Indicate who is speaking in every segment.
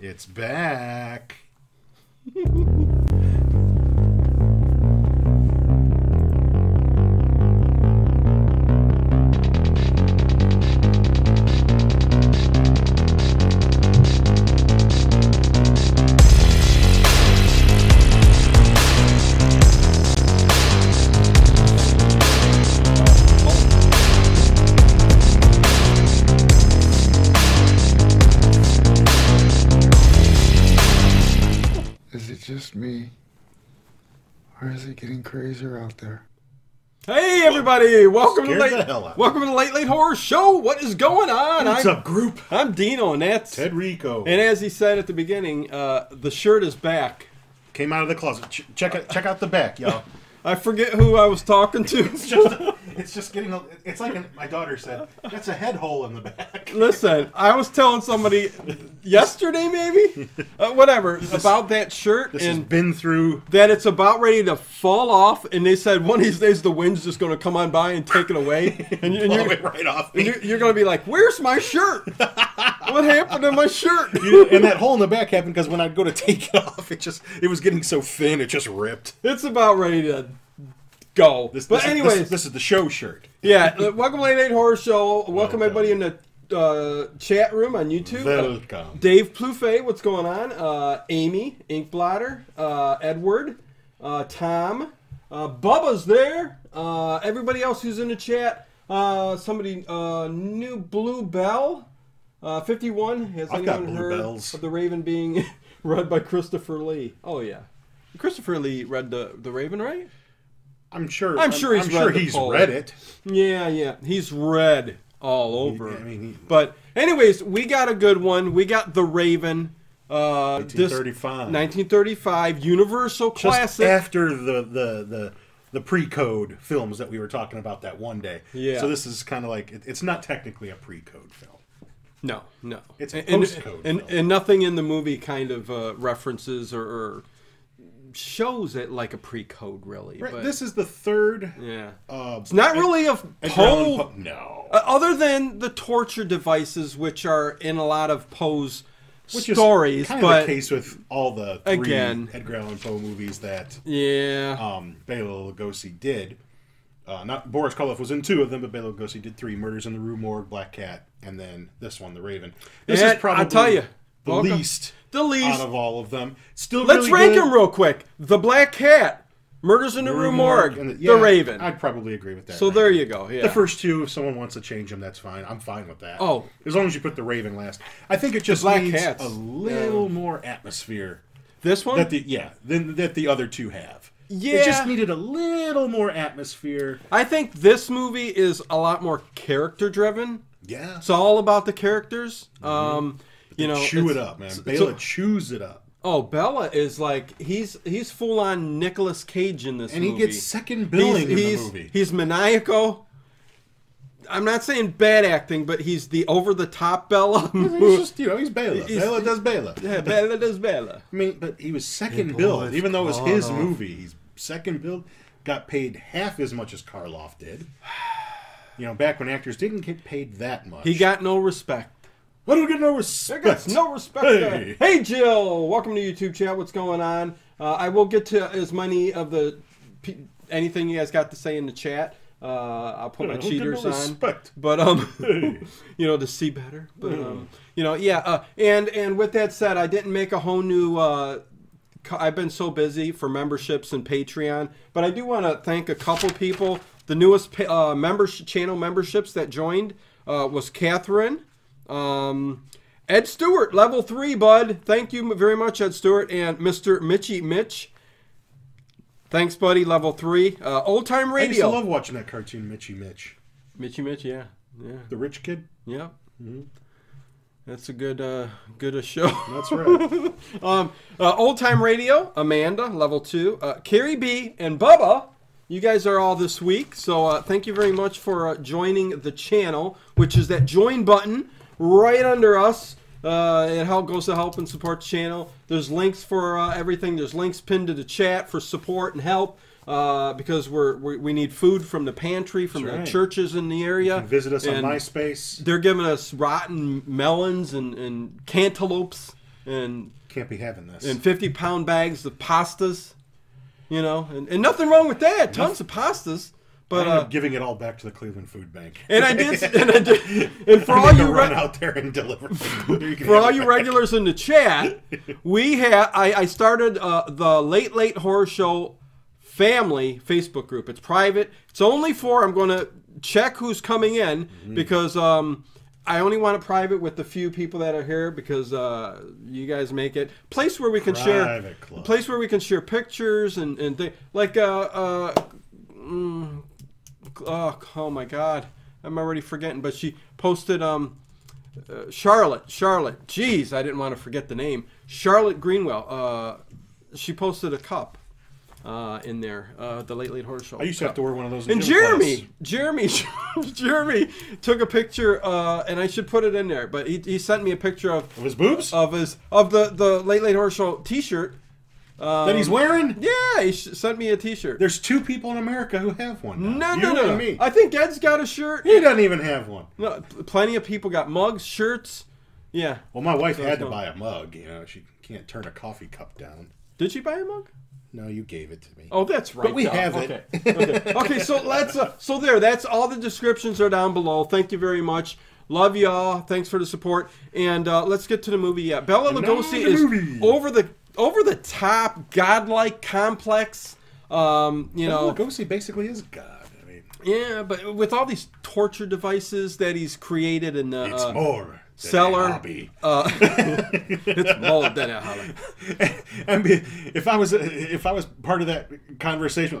Speaker 1: It's back.
Speaker 2: Is it just me? Or is it getting crazier out there?
Speaker 3: Hey everybody! Welcome to
Speaker 1: Scared
Speaker 3: late,
Speaker 1: the hell out.
Speaker 3: welcome to the Late Late Horror Show. What is going on?
Speaker 1: What's
Speaker 3: I'm,
Speaker 1: up, group?
Speaker 3: I'm Dino, and that's
Speaker 1: Ted Rico
Speaker 3: and as he said at the beginning, uh, the shirt is back.
Speaker 1: came out of the closet. Ch- check out, check out the back, y'all.
Speaker 3: I forget who I was talking to.
Speaker 1: It's just, it's just getting. A, it's like an, my daughter said. That's a head hole in the back.
Speaker 3: Listen, I was telling somebody yesterday, maybe, uh, whatever, about that shirt
Speaker 1: This has
Speaker 3: and
Speaker 1: been through.
Speaker 3: that it's about ready to fall off. And they said one of these days the wind's just going to come on by and take it away, and, you- and
Speaker 1: Blow
Speaker 3: you're,
Speaker 1: it right off.
Speaker 3: and
Speaker 1: me.
Speaker 3: you're, you're going to be like, "Where's my shirt? what happened to my shirt?"
Speaker 1: You- and that hole in the back happened because when I'd go to take it off, it just it was getting so thin, it just ripped.
Speaker 3: It's about ready to go.
Speaker 1: This,
Speaker 3: but
Speaker 1: this-
Speaker 3: anyways,
Speaker 1: this, this is the show shirt.
Speaker 3: yeah, uh, welcome to Late Night Horror Show. Welcome
Speaker 1: Welcome.
Speaker 3: everybody in the uh, chat room on YouTube. Uh,
Speaker 1: Welcome.
Speaker 3: Dave Plouffe, what's going on? Uh, Amy, Inkbladder, uh, Edward, uh, Tom, uh, Bubba's there. Uh, everybody else who's in the chat. Uh, somebody uh, new, Blue Bell, uh, fifty-one. Has
Speaker 1: I've got
Speaker 3: anyone
Speaker 1: Blue
Speaker 3: heard
Speaker 1: Bells.
Speaker 3: of the Raven being read by Christopher Lee? Oh yeah, Christopher Lee read the the Raven, right?
Speaker 1: I'm sure.
Speaker 3: I'm sure he's
Speaker 1: I'm sure
Speaker 3: read the
Speaker 1: he's
Speaker 3: poll.
Speaker 1: read it.
Speaker 3: Yeah, yeah. He's red all over.
Speaker 1: I mean, he-
Speaker 3: but anyways, we got a good one. We got The Raven. Uh, this-
Speaker 1: 1935.
Speaker 3: 1935 Universal
Speaker 1: just
Speaker 3: classic.
Speaker 1: after the the the the pre-code films that we were talking about that one day.
Speaker 3: Yeah.
Speaker 1: So this is kind of like it, it's not technically a pre-code film.
Speaker 3: no, no.
Speaker 1: It's
Speaker 3: and,
Speaker 1: postcode,
Speaker 3: and,
Speaker 1: though.
Speaker 3: and nothing in the movie kind of uh, references or, or shows it like a pre-code, really.
Speaker 1: Right,
Speaker 3: but,
Speaker 1: this is the third.
Speaker 3: yeah,
Speaker 1: Uh,
Speaker 3: it's not really a
Speaker 1: Edgar Allan
Speaker 3: Poe
Speaker 1: Poe- No.
Speaker 3: Uh, other than the torture devices, which are in a lot of Poe's
Speaker 1: Which is
Speaker 3: stories,
Speaker 1: kind
Speaker 3: but
Speaker 1: of the case with all the three
Speaker 3: Again.
Speaker 1: Edgar Allan Poe movies that
Speaker 3: yeah,
Speaker 1: um, Bela Lugosi did. Uh, not Boris Karloff was in two of them, but Bela Lugosi did three: Murders in the Rue Morgue, Black Cat, and then this one, The Raven. This
Speaker 3: Yeah,
Speaker 1: is probably
Speaker 3: I'll tell ya.
Speaker 1: the
Speaker 3: Welcome.
Speaker 1: least
Speaker 3: the least.
Speaker 1: out of all of them. Still,
Speaker 3: Let's
Speaker 1: really
Speaker 3: rank
Speaker 1: good.
Speaker 3: them real quick. The Black Cat, Murders in the, Rue Morgue,
Speaker 1: and
Speaker 3: the,
Speaker 1: yeah,
Speaker 3: Raven.
Speaker 1: I'd probably agree with that.
Speaker 3: so there you go. Yeah.
Speaker 1: The first two, if someone wants to change them, that's fine. I'm fine with that.
Speaker 3: Oh.
Speaker 1: as long as you put the Raven last. I think it just
Speaker 3: Black
Speaker 1: needs
Speaker 3: Cats.
Speaker 1: a little more atmosphere
Speaker 3: this one.
Speaker 1: that the yeah than that the other two have.
Speaker 3: Yeah.
Speaker 1: it just needed a little more atmosphere.
Speaker 3: I think this movie is a lot more character driven.
Speaker 1: Yeah,
Speaker 3: It's all about the characters. Um, you know,
Speaker 1: Mm-hmm. chew it
Speaker 3: it's-
Speaker 1: up, man.
Speaker 3: so-
Speaker 1: Bela
Speaker 3: so-
Speaker 1: chews it up,
Speaker 3: oh, Bella is like he's he's full on Nicolas Cage in this
Speaker 1: and he
Speaker 3: movie.
Speaker 1: gets second billing in
Speaker 3: he's,
Speaker 1: the movie.
Speaker 3: He's maniacal. I'm not saying bad acting, but he's the over the top Bella.
Speaker 1: He's just you know he's Bela.
Speaker 3: He's-
Speaker 1: Bela does Bela.
Speaker 3: yeah, Bella does Bella.
Speaker 1: I mean, but he was second
Speaker 3: People
Speaker 1: billed,
Speaker 3: have
Speaker 1: even though it was
Speaker 3: gone
Speaker 1: his
Speaker 3: off.
Speaker 1: movie. He's second billed, got paid half as much as Karloff did. You know, back when actors didn't get paid that much.
Speaker 3: He got no respect.
Speaker 1: what do we get no
Speaker 3: There
Speaker 1: respect?
Speaker 3: gets no respect.
Speaker 1: Hey.
Speaker 3: Hey. hey, Jill. Welcome to YouTube chat. What's going on? Uh, I will get to as many of the p- anything you guys got to say in the chat. Uh, I'll put my
Speaker 1: Who get no
Speaker 3: cheaters on.
Speaker 1: respect?
Speaker 3: but um you know to see better but
Speaker 1: Hmm.
Speaker 3: um you know yeah uh, and and with that said i didn't make a whole new uh co- i've been so busy for memberships and patreon but i do want to thank a couple people the newest pa- uh members channel memberships that joined uh was catherine um ed stewart level three bud thank you very much ed stewart and mr mitchy mitch Thanks, buddy. Level three, uh, old time
Speaker 1: I used to
Speaker 3: radio.
Speaker 1: love watching that cartoon, Mitchy Mitch,
Speaker 3: Mitchy Mitch, yeah, yeah.
Speaker 1: the rich kid.
Speaker 3: Yeah.
Speaker 1: Mm-hmm.
Speaker 3: That's a good uh good a show.
Speaker 1: That's right.
Speaker 3: um uh, old time radio, Amanda, level 2, uh Carrie B and Bubba. You guys are all this week, so uh, thank you very much for uh, joining the channel, which is that join button right under us. Uh, it help goes to help and support the channel. There's links for uh, everything. There's links pinned to the chat for support and help uh, because we're, we we need food from the pantry from
Speaker 1: That's
Speaker 3: the
Speaker 1: right.
Speaker 3: churches in the area.
Speaker 1: Visit us
Speaker 3: And-
Speaker 1: on MySpace.
Speaker 3: they're giving us rotten melons and, and cantaloupes and
Speaker 1: Can't be having this.
Speaker 3: and 50 pound bags of pastas you know and, and nothing wrong with that tons of pastas
Speaker 1: I
Speaker 3: but
Speaker 1: ended
Speaker 3: uh,
Speaker 1: up giving it all back to the Cleveland Food Bank.
Speaker 3: and i did and i did and for
Speaker 1: I'm
Speaker 3: all
Speaker 1: gonna
Speaker 3: you
Speaker 1: run
Speaker 3: re-
Speaker 1: out there and deliver. You can
Speaker 3: for
Speaker 1: have
Speaker 3: all
Speaker 1: it
Speaker 3: you
Speaker 1: back.
Speaker 3: regulars in the chat we had i, I started uh, the late late horror show family facebook group it's private it's only for i'm going to check who's coming in
Speaker 1: Mm-hmm.
Speaker 3: because um I only want it private with the few people that are here because uh, you guys make it place where we can share
Speaker 1: Private club.
Speaker 3: place where we can share pictures and and thi- like uh uh mm, oh, oh my god I'm already forgetting but she posted um uh, Charlotte Charlotte jeez I didn't want to forget the name Charlotte Greenwell uh she posted a cup uh in there uh the late late horror show
Speaker 1: I used to have to wear one of those. In
Speaker 3: and
Speaker 1: gym
Speaker 3: Jeremy,
Speaker 1: class.
Speaker 3: Jeremy, Jeremy took a picture, uh, and I should put it in there. But he, he sent me a picture of
Speaker 1: Of his boobs
Speaker 3: of his of the the late late horror show T-shirt. Um,
Speaker 1: that he's wearing.
Speaker 3: yeah, he sh- sent me a T-shirt.
Speaker 1: There's two people in America who have one. Now.
Speaker 3: No, no,
Speaker 1: you
Speaker 3: no.
Speaker 1: and me.
Speaker 3: I think Ed's got a shirt.
Speaker 1: he doesn't even have one.
Speaker 3: No, pl- plenty of people got mugs, shirts. Yeah,
Speaker 1: Well, my wife had to
Speaker 3: no.
Speaker 1: buy a mug. You know, she can't turn a coffee cup down.
Speaker 3: did she buy a mug?
Speaker 1: No, you gave it to me.
Speaker 3: Oh, that's right.
Speaker 1: we
Speaker 3: Doc.
Speaker 1: have
Speaker 3: okay.
Speaker 1: it.
Speaker 3: okay. Okay, so let's. Uh, so there. That's all. The descriptions are down below. Thank you very much. Love y'all. Thanks for the support. And uh, let's get to the movie. Yeah, Bella Lugosi
Speaker 1: the
Speaker 3: is
Speaker 1: movie.
Speaker 3: over the over the top, godlike, complex. Um, you know,
Speaker 1: Bela Lugosi basically is God. I mean,
Speaker 3: yeah, but with all these torture devices that he's created in the
Speaker 1: it's
Speaker 3: uh,
Speaker 1: more than a
Speaker 3: Seller.
Speaker 1: hobby.
Speaker 3: uh, it's more than a holiday.
Speaker 1: I mean, if I was if I was part of that conversation,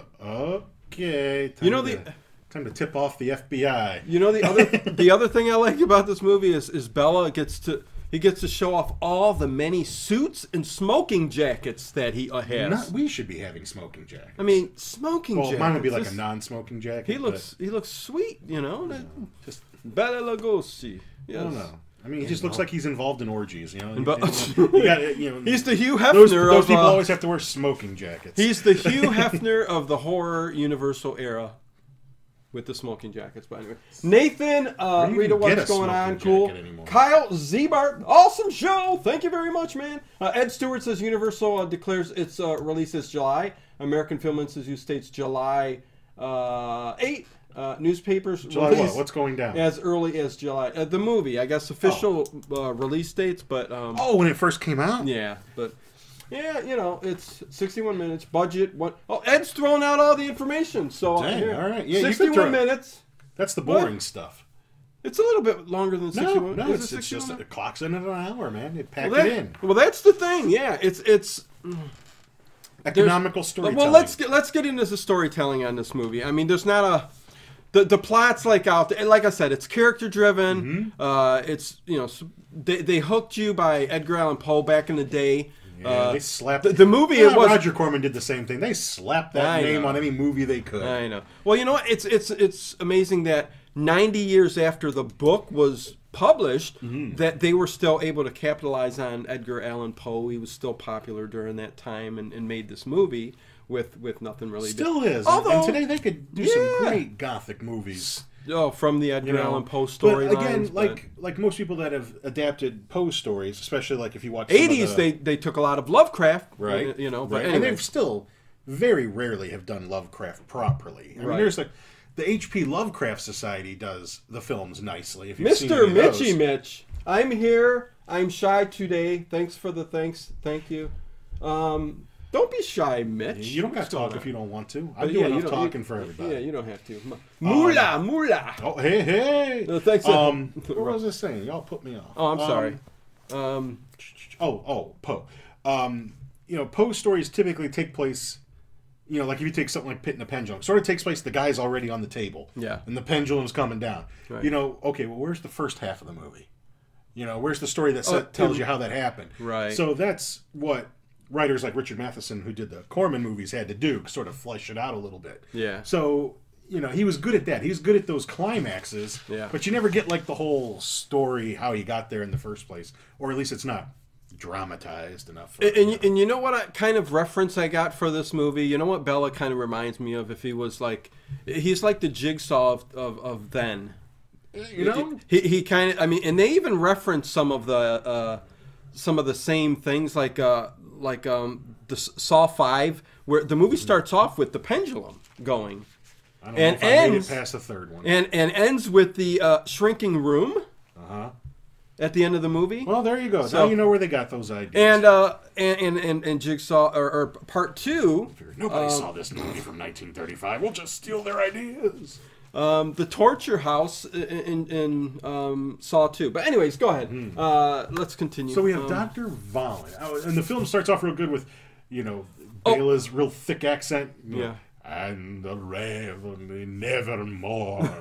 Speaker 1: okay. Time
Speaker 3: You know
Speaker 1: to,
Speaker 3: the-
Speaker 1: time to tip off the FBI.
Speaker 3: You know the other the other thing I like about this movie is is Bella gets to he gets to show off all the many suits and smoking jackets that he uh, has.
Speaker 1: Not we should be having smoking jackets.
Speaker 3: I mean, smoking
Speaker 1: well,
Speaker 3: jackets.
Speaker 1: mine would be like
Speaker 3: this-
Speaker 1: a non-smoking jacket.
Speaker 3: He looks he looks sweet, you know. That,
Speaker 1: but just
Speaker 3: Bella Lugosi. Yes.
Speaker 1: I don't know. I mean, he just looks like he's involved in orgies. You know, You-
Speaker 3: But-
Speaker 1: you got you know.
Speaker 3: He's the Hugh
Speaker 1: those,
Speaker 3: Hefner
Speaker 1: those
Speaker 3: of
Speaker 1: people
Speaker 3: uh,
Speaker 1: always have to wear smoking jackets.
Speaker 3: he's the Hugh Hefner of the horror Universal era. With the smoking jackets, but anyway, Nathan, uh,
Speaker 1: do you
Speaker 3: Rita,
Speaker 1: even get
Speaker 3: what's
Speaker 1: a
Speaker 3: going on?
Speaker 1: smoking
Speaker 3: Cool.
Speaker 1: jacket anymore?
Speaker 3: Kyle Zebart, awesome show. Thank you very much, man. Uh, Ed Stewart says Universal uh, declares its uh, release this July. American Film Institute states July uh, 8. Uh, newspapers
Speaker 1: July
Speaker 3: release
Speaker 1: what? What's going down?
Speaker 3: as early as July. Uh, the movie, I guess, official uh, release dates, but um,
Speaker 1: oh, when it first came out.
Speaker 3: yeah, but yeah, you know, it's 61 minutes. Budget. What? Oh, Ed's thrown out all the information. So uh,
Speaker 1: Dang,
Speaker 3: here,
Speaker 1: all right. Yeah, you can
Speaker 3: 61
Speaker 1: throw it.
Speaker 3: minutes.
Speaker 1: That's the
Speaker 3: What?
Speaker 1: boring stuff.
Speaker 3: It's a little bit longer than
Speaker 1: No,
Speaker 3: 61.
Speaker 1: no,
Speaker 3: is
Speaker 1: it's,
Speaker 3: it
Speaker 1: it's just
Speaker 3: 61?
Speaker 1: it clocks in at an hour, man. They pack
Speaker 3: well,
Speaker 1: it
Speaker 3: that-
Speaker 1: in.
Speaker 3: well, that's the thing. Yeah, it's it's.
Speaker 1: Economical storytelling.
Speaker 3: Well, let's get let's get into the storytelling on this movie. I mean, there's not a the the plot's like out there. Like I said, it's character driven.
Speaker 1: Mm-hmm.
Speaker 3: Uh, it's you know s- they, they hooked you by Edgar Allan Poe back in the day.
Speaker 1: Yeah,
Speaker 3: uh,
Speaker 1: they slapped
Speaker 3: the- the movie,
Speaker 1: Yeah,
Speaker 3: it was-
Speaker 1: Roger Corman did the same thing. They slapped that
Speaker 3: I
Speaker 1: name
Speaker 3: know.
Speaker 1: on any movie they could.
Speaker 3: I know. Well, you know, what? it's it's it's amazing that 90 years after the book was published,
Speaker 1: Mm-hmm.
Speaker 3: that they were still able to capitalize on Edgar Allan Poe. He was still popular during that time, and, and made this movie with with nothing really. big.
Speaker 1: Still is. And-
Speaker 3: Although-
Speaker 1: and today they could do
Speaker 3: Yeah.
Speaker 1: some great gothic movies.
Speaker 3: oh, from the Edgar
Speaker 1: you know.
Speaker 3: Allan Poe
Speaker 1: But
Speaker 3: story.
Speaker 1: again,
Speaker 3: lines, but-
Speaker 1: like like most people that have adapted Poe stories, especially like if you watch some of
Speaker 3: 80s,
Speaker 1: the-
Speaker 3: they they took a lot of Lovecraft,
Speaker 1: right?
Speaker 3: You know, but
Speaker 1: right. and
Speaker 3: anyway.
Speaker 1: they've still very rarely have done Lovecraft properly. I
Speaker 3: Right.
Speaker 1: mean, there's like the H.P. Lovecraft Society does the films nicely. If you've seen
Speaker 3: Mr.
Speaker 1: any of those.
Speaker 3: Mitchy Mitch, I'm here. I'm shy today. Thanks for the thanks. Thank you. Um, don't be shy, Mitch.
Speaker 1: you don't have
Speaker 3: What's
Speaker 1: to
Speaker 3: going
Speaker 1: talk
Speaker 3: on?
Speaker 1: if you don't want to. I'm
Speaker 3: But
Speaker 1: doing
Speaker 3: you
Speaker 1: enough
Speaker 3: don't-
Speaker 1: talking
Speaker 3: you-
Speaker 1: for everybody. Um,
Speaker 3: Yeah, you don't have to. M- Moolah, moolah.
Speaker 1: Oh hey hey!
Speaker 3: No, thanks, uh,
Speaker 1: Um, what was I saying? Y'all put me off.
Speaker 3: Oh, I'm
Speaker 1: Um,
Speaker 3: sorry. Um,
Speaker 1: Oh oh Poe. Um, you know Poe stories typically take place. You know, like if you take something like Pit and the Pendulum, sort of takes place the guy's already on the table.
Speaker 3: Yeah.
Speaker 1: And the pendulum's coming down.
Speaker 3: Right.
Speaker 1: You know, okay, well, where's the first half of the movie? You know, where's the story that
Speaker 3: Oh,
Speaker 1: set, tells
Speaker 3: it-
Speaker 1: you how that happened?
Speaker 3: Right.
Speaker 1: So that's what writers like Richard Matheson, who did the Corman movies, had to do, sort of flesh it out a little bit.
Speaker 3: Yeah.
Speaker 1: So, you know, he was good at that. He was good at those climaxes.
Speaker 3: Yeah.
Speaker 1: But you never get like the whole story how he got there in the first place, or at least it's not dramatized enough. for-
Speaker 3: and, and, and you know what I, kind of reference I got for this movie? You know what Bella kind of reminds me of if he was like, he's like the jigsaw of, of, of then.
Speaker 1: you know,
Speaker 3: He, he kind of, I mean, and they even reference some of the uh, some of the same things like uh, like um, the S- Saw Five, where the movie starts off with the pendulum going,
Speaker 1: I don't
Speaker 3: And
Speaker 1: know if I made
Speaker 3: ends-
Speaker 1: it past the third one.
Speaker 3: and and ends with the uh, shrinking room
Speaker 1: uh-huh.
Speaker 3: at the end of the movie.
Speaker 1: Well, there you go.
Speaker 3: So-
Speaker 1: now you know where they got those ideas.
Speaker 3: and, uh, and and and and Jigsaw or, or Part Two, uh,
Speaker 1: Nobody saw this movie from 1935. We'll just steal their ideas.
Speaker 3: um, the torture house in in, in um, Saw Two. But anyways, go ahead. Uh, let's continue.
Speaker 1: Hmm. So we have
Speaker 3: Um,
Speaker 1: Dr. Vaughn. Oh, and the film starts off real good with, you know, Bela's real thick accent. you know,
Speaker 3: Oh. Yeah.
Speaker 1: And the raven nevermore.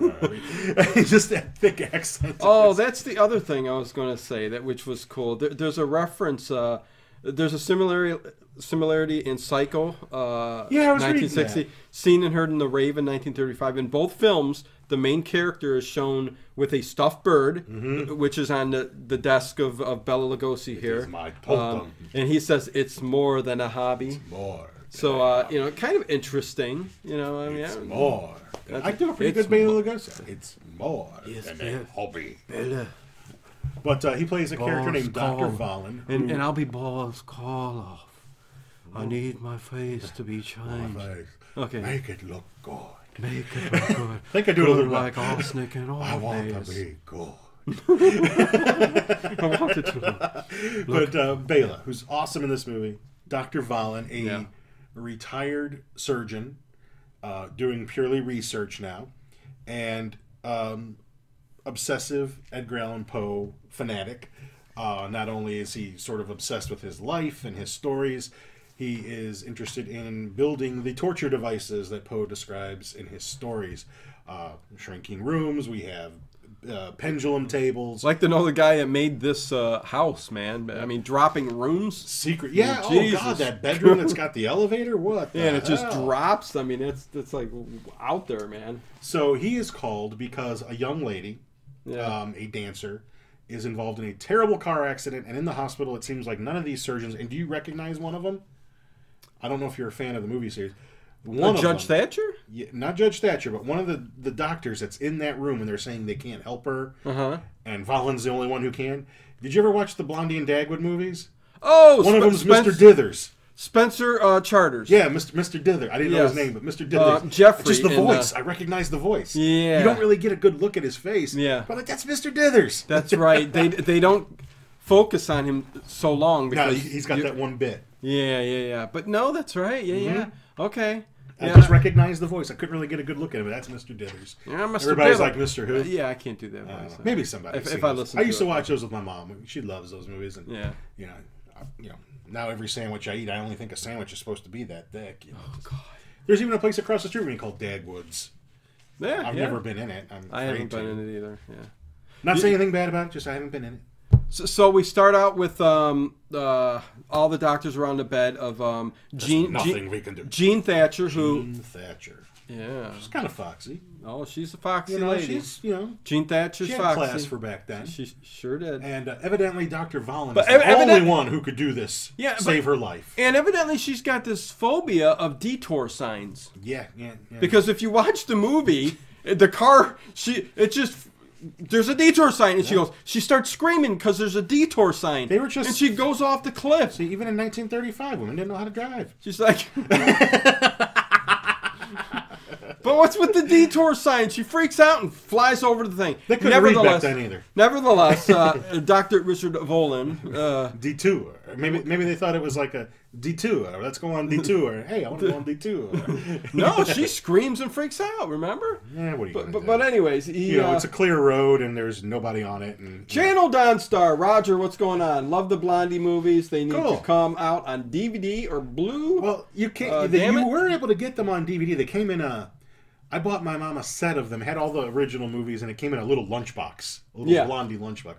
Speaker 1: Just that thick accent.
Speaker 3: Oh, that's the other thing I was going to say that which was cool. There, there's a reference. Uh, there's a similarity similarity in Psycho. Uh,
Speaker 1: Yeah, I was reading
Speaker 3: 1960,
Speaker 1: that.
Speaker 3: seen and heard in The Raven, 1935. In both films, the main character is shown with a stuffed bird, which is on the, the desk of, of Bella Lugosi here.
Speaker 1: Mm-hmm. is my
Speaker 3: Um, and he says it's more than a hobby.
Speaker 1: more.
Speaker 3: So uh, you know, kind of interesting. You know, I mean, I-
Speaker 1: more.
Speaker 3: Oh, Mm-hmm. That's-
Speaker 1: I do a pretty
Speaker 3: it's
Speaker 1: good Bela Lugosi. It's more
Speaker 3: Yes,
Speaker 1: than
Speaker 3: yes.
Speaker 1: a hobby. But uh, he plays a character
Speaker 3: Balls
Speaker 1: named Dr.
Speaker 3: called.
Speaker 1: Valen.
Speaker 3: and, and I'll be balls call off. I need my face to be changed. Okay.
Speaker 1: Make it look good.
Speaker 3: Make it look good.
Speaker 1: think I do a
Speaker 3: Good
Speaker 1: little bit.
Speaker 3: like arsenic and all
Speaker 1: I want
Speaker 3: this.
Speaker 1: to be good.
Speaker 3: I want it to look.
Speaker 1: But uh, Bela, who's awesome in this movie, Dr. Valen, a
Speaker 3: Yeah.
Speaker 1: retired surgeon, uh, doing purely research now, and um, obsessive Edgar Allan Poe fanatic. Uh, not only is he sort of obsessed with his life and his stories, he is interested in building the torture devices that Poe describes in his stories. Uh, shrinking rooms, we have uh, pendulum tables.
Speaker 3: Like to know the guy that made this uh, house, man. I mean, dropping rooms.
Speaker 1: secret. Yeah.
Speaker 3: Oh,
Speaker 1: Oh,
Speaker 3: Jesus.
Speaker 1: God, that bedroom that's got the elevator. What? the
Speaker 3: Yeah, and it just
Speaker 1: hell?
Speaker 3: drops. I mean, it's it's like out there, man.
Speaker 1: So he is called because a young lady,
Speaker 3: Yeah.
Speaker 1: um, a dancer, is involved in a terrible car accident, and in the hospital, it seems like none of these surgeons. And do you recognize one of them? I don't know if you're a fan of the movie series. One
Speaker 3: Uh,
Speaker 1: of
Speaker 3: Judge
Speaker 1: them,
Speaker 3: Thatcher.
Speaker 1: yeah, not Judge Thatcher, but one of the the doctors that's in that room, and they're saying they can't help her,
Speaker 3: Uh huh.
Speaker 1: and Valen's the only one who can. Did you ever watch the Blondie and Dagwood movies?
Speaker 3: Oh,
Speaker 1: One of
Speaker 3: Spen-
Speaker 1: them's Mr.
Speaker 3: Spen-
Speaker 1: Dithers.
Speaker 3: Spencer uh, Charters.
Speaker 1: Yeah, Mr. Mr. Dither. I didn't know his
Speaker 3: Yes.
Speaker 1: name, but Mr. Dither.
Speaker 3: Uh, Jeffrey
Speaker 1: Just the
Speaker 3: in, uh,
Speaker 1: voice. I recognize the voice.
Speaker 3: Yeah.
Speaker 1: You don't really get a good look at his face.
Speaker 3: Yeah.
Speaker 1: But like, that's Mr. Dithers.
Speaker 3: That's right. They they don't focus on him so long
Speaker 1: yeah,
Speaker 3: because
Speaker 1: he- he's got
Speaker 3: you-
Speaker 1: that one bit.
Speaker 3: Yeah, yeah, yeah. But no, that's right. Yeah,
Speaker 1: Mm-hmm.
Speaker 3: yeah. Okay.
Speaker 1: I
Speaker 3: Yeah.
Speaker 1: just recognize the voice. I couldn't really get a good look at him, but that's Mr. Dithers.
Speaker 3: Yeah, Mr.
Speaker 1: Everybody's
Speaker 3: Diller.
Speaker 1: like Mr. Who.
Speaker 3: Uh, Yeah, I can't do that.
Speaker 1: I don't
Speaker 3: voice.
Speaker 1: know. Maybe somebody.
Speaker 3: If-
Speaker 1: has
Speaker 3: if
Speaker 1: seen
Speaker 3: I
Speaker 1: those.
Speaker 3: listen
Speaker 1: I
Speaker 3: to
Speaker 1: used
Speaker 3: it.
Speaker 1: to, watch those with my mom. She loves those movies, and
Speaker 3: Yeah.
Speaker 1: you know, I, you know, now every sandwich I eat, I only think a sandwich is supposed to be that thick. You know.
Speaker 3: Oh God.
Speaker 1: There's even a place across the street from me called Dagwoods.
Speaker 3: Yeah.
Speaker 1: I've
Speaker 3: yeah.
Speaker 1: never been in it. I'm
Speaker 3: I haven't
Speaker 1: afraid to.
Speaker 3: been in it either. Yeah.
Speaker 1: Not saying anything bad about it. Just I haven't been in it.
Speaker 3: So, so we start out with um uh all the doctors around the bed of um Jean
Speaker 1: Nothing
Speaker 3: Jean,
Speaker 1: we can do.
Speaker 3: Jean Thatcher who
Speaker 1: Jean Thatcher.
Speaker 3: yeah
Speaker 1: She's kind of foxy.
Speaker 3: oh she's a foxy
Speaker 1: You know,
Speaker 3: lady
Speaker 1: she's you know
Speaker 3: Jean Thatcher's
Speaker 1: she had
Speaker 3: foxy
Speaker 1: class for back then.
Speaker 3: she sure did
Speaker 1: And uh, evidently, Doctor Vollen
Speaker 3: But
Speaker 1: is
Speaker 3: ev-
Speaker 1: the
Speaker 3: evident-
Speaker 1: only one who could do this.
Speaker 3: Yeah, but-
Speaker 1: save her life.
Speaker 3: and evidently she's got this phobia of detour signs
Speaker 1: Yeah, yeah, yeah.
Speaker 3: Because if you watch the movie, the car, she, it just, there's a detour sign, and she goes, she starts screaming because there's a detour sign.
Speaker 1: They were just-
Speaker 3: and she goes off the cliff.
Speaker 1: See, even in 1935, women didn't know how to drive.
Speaker 3: She's like, but what's with the detour sign? She freaks out and flies over the thing.
Speaker 1: They couldn't read back then either.
Speaker 3: nevertheless, uh, Doctor Richard Volin, uh,
Speaker 1: Detour. Maybe maybe they thought it was like a detour. Let's go on detour. hey, I want to go on detour.
Speaker 3: no, she screams and freaks out. Remember?
Speaker 1: yeah, what are you
Speaker 3: But
Speaker 1: gonna
Speaker 3: but,
Speaker 1: do?
Speaker 3: but anyways, he.
Speaker 1: you know,
Speaker 3: uh,
Speaker 1: it's a clear road and there's nobody on it. And
Speaker 3: Channel Don Star, Roger, what's going on? Love the Blondie movies. They need
Speaker 1: Cool.
Speaker 3: to come out on DVD or Blue.
Speaker 1: Well, you can't.
Speaker 3: Uh,
Speaker 1: they,
Speaker 3: damn
Speaker 1: you
Speaker 3: it.
Speaker 1: were able to get them on DVD. They came in a. I bought my mom a set of them. Had all the original movies, and it came in a little lunchbox, a little
Speaker 3: Yeah.
Speaker 1: Blondie lunchbox.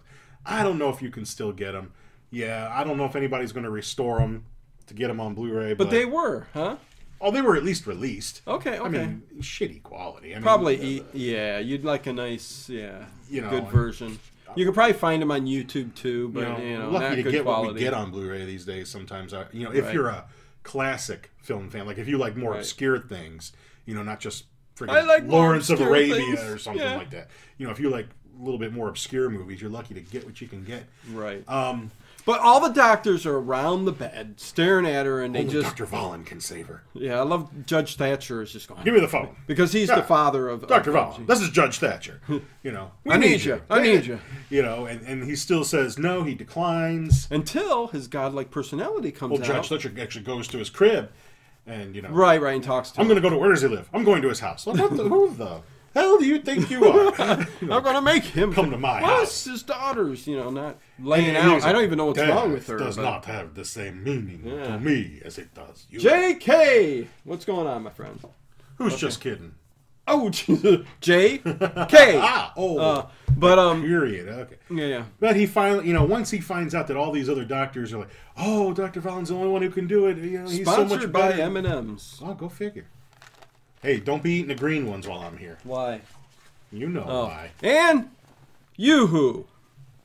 Speaker 1: I don't know if you can still get them. Yeah, I don't know if anybody's going to restore them to get them on Blu-ray. But,
Speaker 3: but they were, huh?
Speaker 1: oh, they were at least released.
Speaker 3: Okay, okay.
Speaker 1: I mean, shitty quality. I mean,
Speaker 3: probably,
Speaker 1: uh,
Speaker 3: e- yeah. You'd like a nice, yeah,
Speaker 1: You know,
Speaker 3: good
Speaker 1: I-
Speaker 3: version. You could probably find them on YouTube too,
Speaker 1: you
Speaker 3: but
Speaker 1: know,
Speaker 3: you know,
Speaker 1: lucky
Speaker 3: not
Speaker 1: to
Speaker 3: good
Speaker 1: get
Speaker 3: quality.
Speaker 1: what we get on Blu-ray these days. Sometimes, I, you know, if
Speaker 3: Right.
Speaker 1: you're a classic film fan, like if you like more
Speaker 3: Right.
Speaker 1: obscure things, you know, not just friggin'
Speaker 3: I like more
Speaker 1: Lawrence of
Speaker 3: obscure
Speaker 1: Arabia
Speaker 3: things.
Speaker 1: or something
Speaker 3: Yeah.
Speaker 1: like that. You know, if you like a little bit more obscure movies, you're lucky to get what you can get.
Speaker 3: right.
Speaker 1: Um,
Speaker 3: But all the doctors are around the bed staring at her, and they
Speaker 1: Only
Speaker 3: just
Speaker 1: Dr. Vollen can save her.
Speaker 3: yeah. I love Judge Thatcher is just going
Speaker 1: Give me the phone.
Speaker 3: because he's
Speaker 1: Yeah.
Speaker 3: the father of
Speaker 1: Dr.
Speaker 3: of-
Speaker 1: Vollen, this is Judge Thatcher. You know, we
Speaker 3: I need you. I need you.
Speaker 1: You know, and, and he still says no, he declines.
Speaker 3: Until his godlike personality comes
Speaker 1: Well,
Speaker 3: out.
Speaker 1: Judge Thatcher actually goes to his crib and, you know,
Speaker 3: Right, right, and talks to
Speaker 1: I'm
Speaker 3: him.
Speaker 1: going to go to where does he live? I'm going to his house. Like, what the, who the hell do you think you are?
Speaker 3: I'm gonna make him
Speaker 1: Come to my
Speaker 3: Plus,
Speaker 1: house.
Speaker 3: his daughters, you know, not laying
Speaker 1: And he
Speaker 3: out.
Speaker 1: was
Speaker 3: I don't
Speaker 1: like,
Speaker 3: even know what's
Speaker 1: "Death
Speaker 3: wrong with her.
Speaker 1: does
Speaker 3: but-
Speaker 1: not have the same meaning
Speaker 3: Yeah.
Speaker 1: to me as it does you.
Speaker 3: J.K. What's going on, my friend?
Speaker 1: Who's just kidding?
Speaker 3: Oh, J.K.
Speaker 1: Ah, oh,
Speaker 3: Uh, but um,
Speaker 1: period. Okay.
Speaker 3: yeah, yeah.
Speaker 1: But he finally, you know, once he finds out that all these other doctors are like, "Oh, Doctor Valen's the only one who can do it," you know, he's
Speaker 3: Sponsored
Speaker 1: so much
Speaker 3: by
Speaker 1: better.
Speaker 3: M and M's.
Speaker 1: Oh, go figure. Hey, don't be eating the green ones while I'm here.
Speaker 3: Why?
Speaker 1: You know
Speaker 3: Oh.
Speaker 1: why?
Speaker 3: And YooHoo.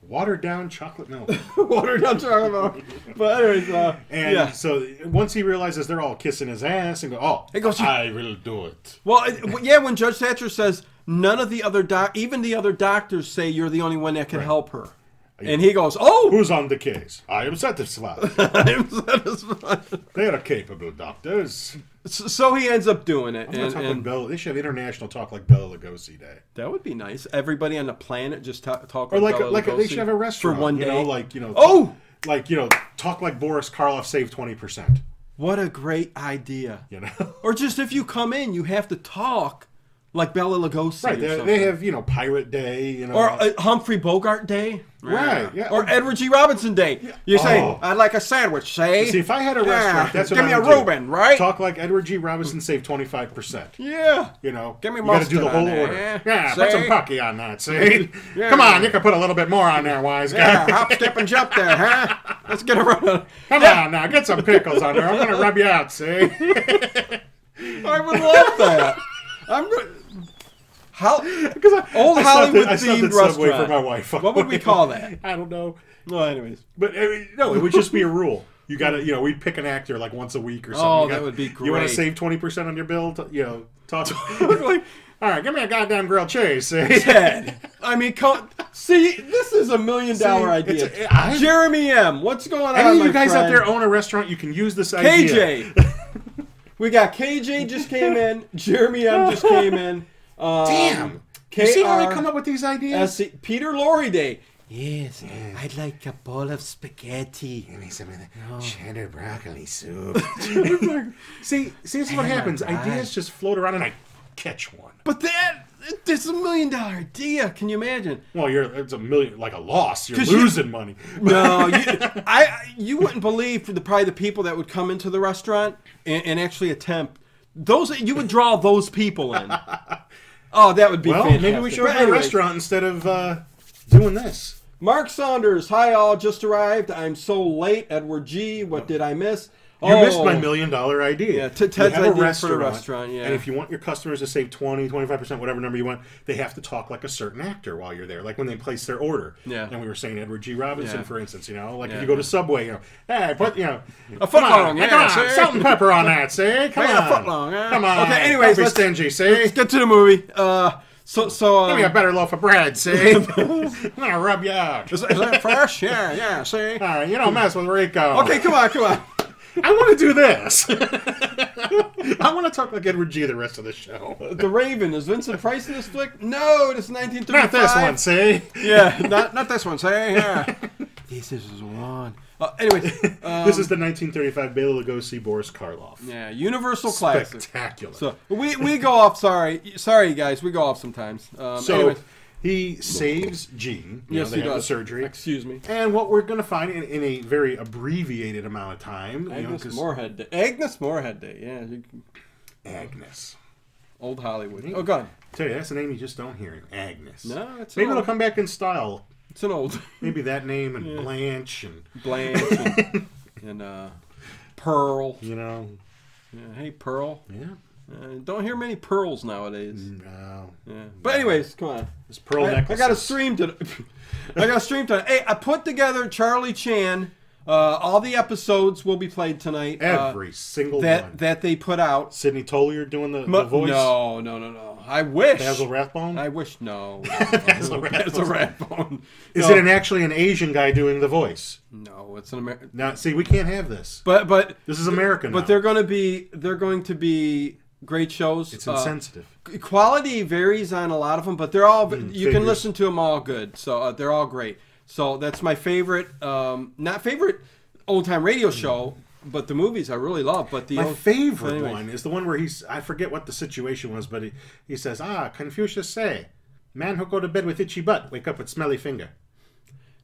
Speaker 1: Watered down chocolate milk.
Speaker 3: Water down chocolate milk. But anyways, uh,
Speaker 1: And
Speaker 3: yeah.
Speaker 1: so once he realizes they're all kissing his ass and go, "Oh,
Speaker 3: He goes,
Speaker 1: I will do it."
Speaker 3: Well, it, w- yeah. When Judge Thatcher says none of the other doc, even the other doctors say you're the only one that can help her, and he goes, "Oh,
Speaker 1: Who's on the case? I am satisfied.
Speaker 3: I'm satisfied."
Speaker 1: they are capable doctors.
Speaker 3: So so he ends up doing it,
Speaker 1: I'm not
Speaker 3: and,
Speaker 1: talking
Speaker 3: and
Speaker 1: Bella. They should have international talk like Bella Lugosi Day,
Speaker 3: that would be nice. Everybody on the planet just ta- talk
Speaker 1: or like
Speaker 3: Bela
Speaker 1: like they
Speaker 3: Lugosi
Speaker 1: should have a restaurant
Speaker 3: for one day.
Speaker 1: You know, like you know.
Speaker 3: Oh!
Speaker 1: like you know, talk like Boris Karloff saved twenty percent.
Speaker 3: what a great idea!
Speaker 1: You know,
Speaker 3: Or just if you come in, you have to talk like Bella Lugosi,
Speaker 1: right?
Speaker 3: Or,
Speaker 1: They,
Speaker 3: something.
Speaker 1: they have you know Pirate Day. You know,
Speaker 3: or uh, Humphrey Bogart Day.
Speaker 1: Right, yeah.
Speaker 3: Or Edward G. Robinson Day. You say,
Speaker 1: Oh.
Speaker 3: I'd like a sandwich, say.
Speaker 1: see if I had a restaurant, that's what
Speaker 3: Give
Speaker 1: I
Speaker 3: me a
Speaker 1: would do.
Speaker 3: Reuben, right?
Speaker 1: Talk like Edward G. Robinson saved twenty five percent.
Speaker 3: Yeah.
Speaker 1: You know,
Speaker 3: Give me
Speaker 1: you gotta do
Speaker 3: mustard
Speaker 1: the
Speaker 3: on
Speaker 1: whole
Speaker 3: there,
Speaker 1: order.
Speaker 3: yeah?
Speaker 1: Yeah, put some
Speaker 3: See?
Speaker 1: pocky on that. See,
Speaker 3: Yeah.
Speaker 1: come on, you can put a little bit more on there, wise guy.
Speaker 3: Yeah, hop, step, and jump there, huh? Let's get a run.
Speaker 1: Come on now, get some pickles on there. I'm gonna rub you out. See.
Speaker 3: I would love that. I'm. re- How?
Speaker 1: Because I,
Speaker 3: Old
Speaker 1: I stopped
Speaker 3: Hollywood
Speaker 1: at- I stopped
Speaker 3: themed
Speaker 1: at Subway
Speaker 3: restaurant.
Speaker 1: for my wife.
Speaker 3: What would we call that?
Speaker 1: I don't know,
Speaker 3: Well, anyways.
Speaker 1: but I mean, no, it would just be a rule. You gotta, you know, we'd pick an actor like once a week or something.
Speaker 3: Oh,
Speaker 1: You
Speaker 3: that
Speaker 1: gotta-
Speaker 3: would be
Speaker 1: You want
Speaker 3: great.
Speaker 1: to save twenty percent on your bill? T- you know, talk. like, all right, give me a goddamn grilled cheese. eh?
Speaker 3: Ted. I mean, come, see, this is a million dollar
Speaker 1: it's-
Speaker 3: idea.
Speaker 1: I-
Speaker 3: Jeremy M, what's going on?
Speaker 1: Any of
Speaker 3: my
Speaker 1: you guys out
Speaker 3: friend?
Speaker 1: there own a restaurant? You can use this idea.
Speaker 3: KJ. we got KJ just came in. Jeremy M just came in. Um,
Speaker 1: Damn.
Speaker 3: KR,
Speaker 1: You see how they come up with these ideas?
Speaker 3: SC E, Peter Lorre Day. Yes, I'd like a bowl of spaghetti.
Speaker 1: Give me some of the cheddar broccoli soup. see, see, this is what happens. Ideas just float around, and I catch one.
Speaker 3: But that, that's a million dollar idea. Can you imagine?
Speaker 1: Well, you're it's a million like a loss. You're
Speaker 3: 'Cause you-
Speaker 1: losing money.
Speaker 3: No, you, I- I you wouldn't believe for the probably the people that would come into the restaurant and, and actually attempt those. You would draw those people in. Oh, that would be
Speaker 1: Well,
Speaker 3: fantastic.
Speaker 1: maybe we should
Speaker 3: But
Speaker 1: open a
Speaker 3: anyways,
Speaker 1: restaurant instead of uh, doing this.
Speaker 3: Mark Saunders, hi all, just arrived. I'm so late. Edward G, what did I miss?
Speaker 1: You
Speaker 3: Oh,
Speaker 1: missed my million dollar idea.
Speaker 3: Yeah, Ted-
Speaker 1: You
Speaker 3: Ted's
Speaker 1: have
Speaker 3: idea for the restaurant, yeah.
Speaker 1: And if you want your customers to save 20, 25%, whatever number you want, they have to talk like a certain actor while you're there, like when they place their order.
Speaker 3: Yeah.
Speaker 1: And we were saying Edward G. Robinson,
Speaker 3: Yeah.
Speaker 1: for instance, you know, like
Speaker 3: Yeah.
Speaker 1: if you go to Subway, you know, hey, put, you know, a
Speaker 3: foot long, yeah,
Speaker 1: come on,
Speaker 3: sir.
Speaker 1: salt and pepper on that, see? Come
Speaker 3: Yeah, a
Speaker 1: on.
Speaker 3: foot long, yeah.
Speaker 1: Come on.
Speaker 3: Okay, anyways,
Speaker 1: Don't be
Speaker 3: let's-
Speaker 1: stingy, see?
Speaker 3: Let's get to the movie. Uh, so so um,
Speaker 1: Give me a better loaf of bread, see? I'm gonna rub you out.
Speaker 3: is, is that fresh? Yeah, yeah. See.
Speaker 1: All right, you don't mess with Rico.
Speaker 3: Okay, come on, come on.
Speaker 1: I want to do this. I want to talk like Edward G. the rest of the show.
Speaker 3: The Raven is Vincent Price in this flick? No, it's 1935.
Speaker 1: Not this one, see?
Speaker 3: Yeah, not not this one. Say yeah. this is one. Uh, anyways, uh,
Speaker 1: this is the 1935 Bela Lugosi Boris Karloff.
Speaker 3: yeah, Universal classic.
Speaker 1: Spectacular. So,
Speaker 3: So we we go off. Sorry, sorry guys, we go off sometimes. Um, anyways,
Speaker 1: he saves Jean. You
Speaker 3: yes,
Speaker 1: know, they
Speaker 3: he
Speaker 1: have
Speaker 3: does.
Speaker 1: The surgery.
Speaker 3: Excuse me.
Speaker 1: And what we're going to find in, in a very abbreviated amount of time, you know,
Speaker 3: Agnes
Speaker 1: 'cause
Speaker 3: Moorehead Day. Agnes Moorehead Day. Yeah, you,
Speaker 1: Agnes.
Speaker 3: old Hollywood. Oh God,
Speaker 1: Tell you, that's a name you just don't hear. Agnes.
Speaker 3: No, it's
Speaker 1: Maybe
Speaker 3: an
Speaker 1: it'll
Speaker 3: old-
Speaker 1: come back in style.
Speaker 3: it's an old
Speaker 1: Maybe that name and Blanche and,
Speaker 3: Blanche and, and uh, Pearl.
Speaker 1: you know,
Speaker 3: Yeah, hey Pearl.
Speaker 1: yeah.
Speaker 3: Uh, don't hear many pearls nowadays.
Speaker 1: No.
Speaker 3: Yeah. But anyways, come on.
Speaker 1: It's pearl
Speaker 3: I, I
Speaker 1: necklace.
Speaker 3: got a stream to. I got a stream to. Hey, I put together Charlie Chan. Uh, all the episodes will be played tonight. uh,
Speaker 1: Every single
Speaker 3: that
Speaker 1: one.
Speaker 3: that they put out.
Speaker 1: Sydney Tollier doing the,
Speaker 3: Mu-
Speaker 1: the voice.
Speaker 3: No, no, no, no. I wish.
Speaker 1: Basil Rathbone?
Speaker 3: I wish no. Basil
Speaker 1: Rathbone.
Speaker 3: Rathbone.
Speaker 1: Is
Speaker 3: No.
Speaker 1: it an actually an Asian guy doing the voice?
Speaker 3: No, it's an American.
Speaker 1: Now, see, we can't have this.
Speaker 3: But but
Speaker 1: This is America now.
Speaker 3: but they're going to be they're going to be great shows.
Speaker 1: it's
Speaker 3: Uh,
Speaker 1: insensitive.
Speaker 3: quality varies on a lot of them, but they're all you can
Speaker 1: Mm, figures.
Speaker 3: listen to them all good. So uh, they're all great. So that's my favorite, um, not favorite old time radio show, but the movies I really love. But the
Speaker 1: Mm. My
Speaker 3: old-
Speaker 1: favorite
Speaker 3: anyways.
Speaker 1: one is the one where he's I forget what the situation was, but he, he says, Ah, Confucius say, Man who go to bed with itchy butt, wake up with smelly finger.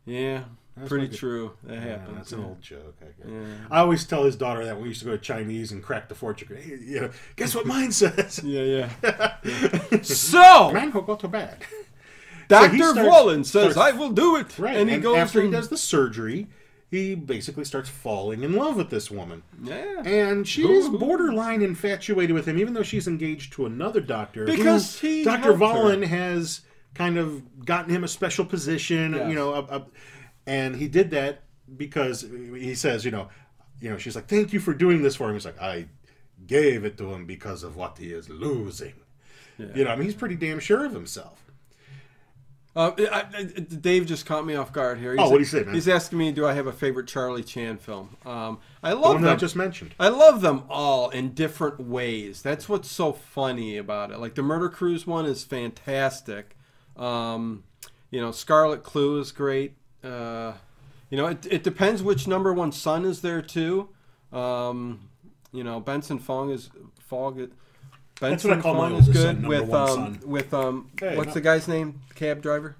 Speaker 3: yeah, pretty
Speaker 1: my good-
Speaker 3: true. That
Speaker 1: Yeah,
Speaker 3: happens.
Speaker 1: that's an old joke. I, guess. I always tell his daughter that when we used to go to Chinese and crack the fortune. Hey, You know, guess what mine says?
Speaker 3: Yeah, yeah. so
Speaker 1: Man who go to bed.
Speaker 3: Doctor
Speaker 1: starts-
Speaker 3: Wallen says,
Speaker 1: starts-
Speaker 3: "I will do it,"
Speaker 1: Right.
Speaker 3: and he goes
Speaker 1: after
Speaker 3: and-
Speaker 1: he does the surgery, he basically starts falling in love with this woman.
Speaker 3: Yeah.
Speaker 1: And she is borderline infatuated with him, even though she's engaged to another doctor. who-
Speaker 3: Because he
Speaker 1: Dr.
Speaker 3: helped her.
Speaker 1: Vollen has kind of gotten him a special position,
Speaker 3: Yes.
Speaker 1: you know, a, a- and he did that because he says, you know, you know, she's like, "Thank you for doing this for him." He's like, "I gave it to him because of what he is losing." You know, I mean, he's pretty damn sure of himself.
Speaker 3: Uh, I, I, Dave just caught me off guard here. He's,
Speaker 1: Oh, what'd he say, man?
Speaker 3: He's asking me, do I have a favorite Charlie Chan film? Um, I
Speaker 1: The
Speaker 3: love
Speaker 1: one that I
Speaker 3: them.
Speaker 1: just mentioned.
Speaker 3: I love them all in different ways. That's what's so funny about it. Like the Murder Cruise one is fantastic. Um, you know, Scarlet Clue is great. Uh, you know, it, it depends which number one son is there too. Um, you know, Benson Fong is Fog. Benson
Speaker 1: I call my
Speaker 3: Fong
Speaker 1: oldest son, number
Speaker 3: with
Speaker 1: one
Speaker 3: um,
Speaker 1: son.
Speaker 3: with um,
Speaker 1: Hey,
Speaker 3: what's
Speaker 1: no-
Speaker 3: the guy's name? Cab driver.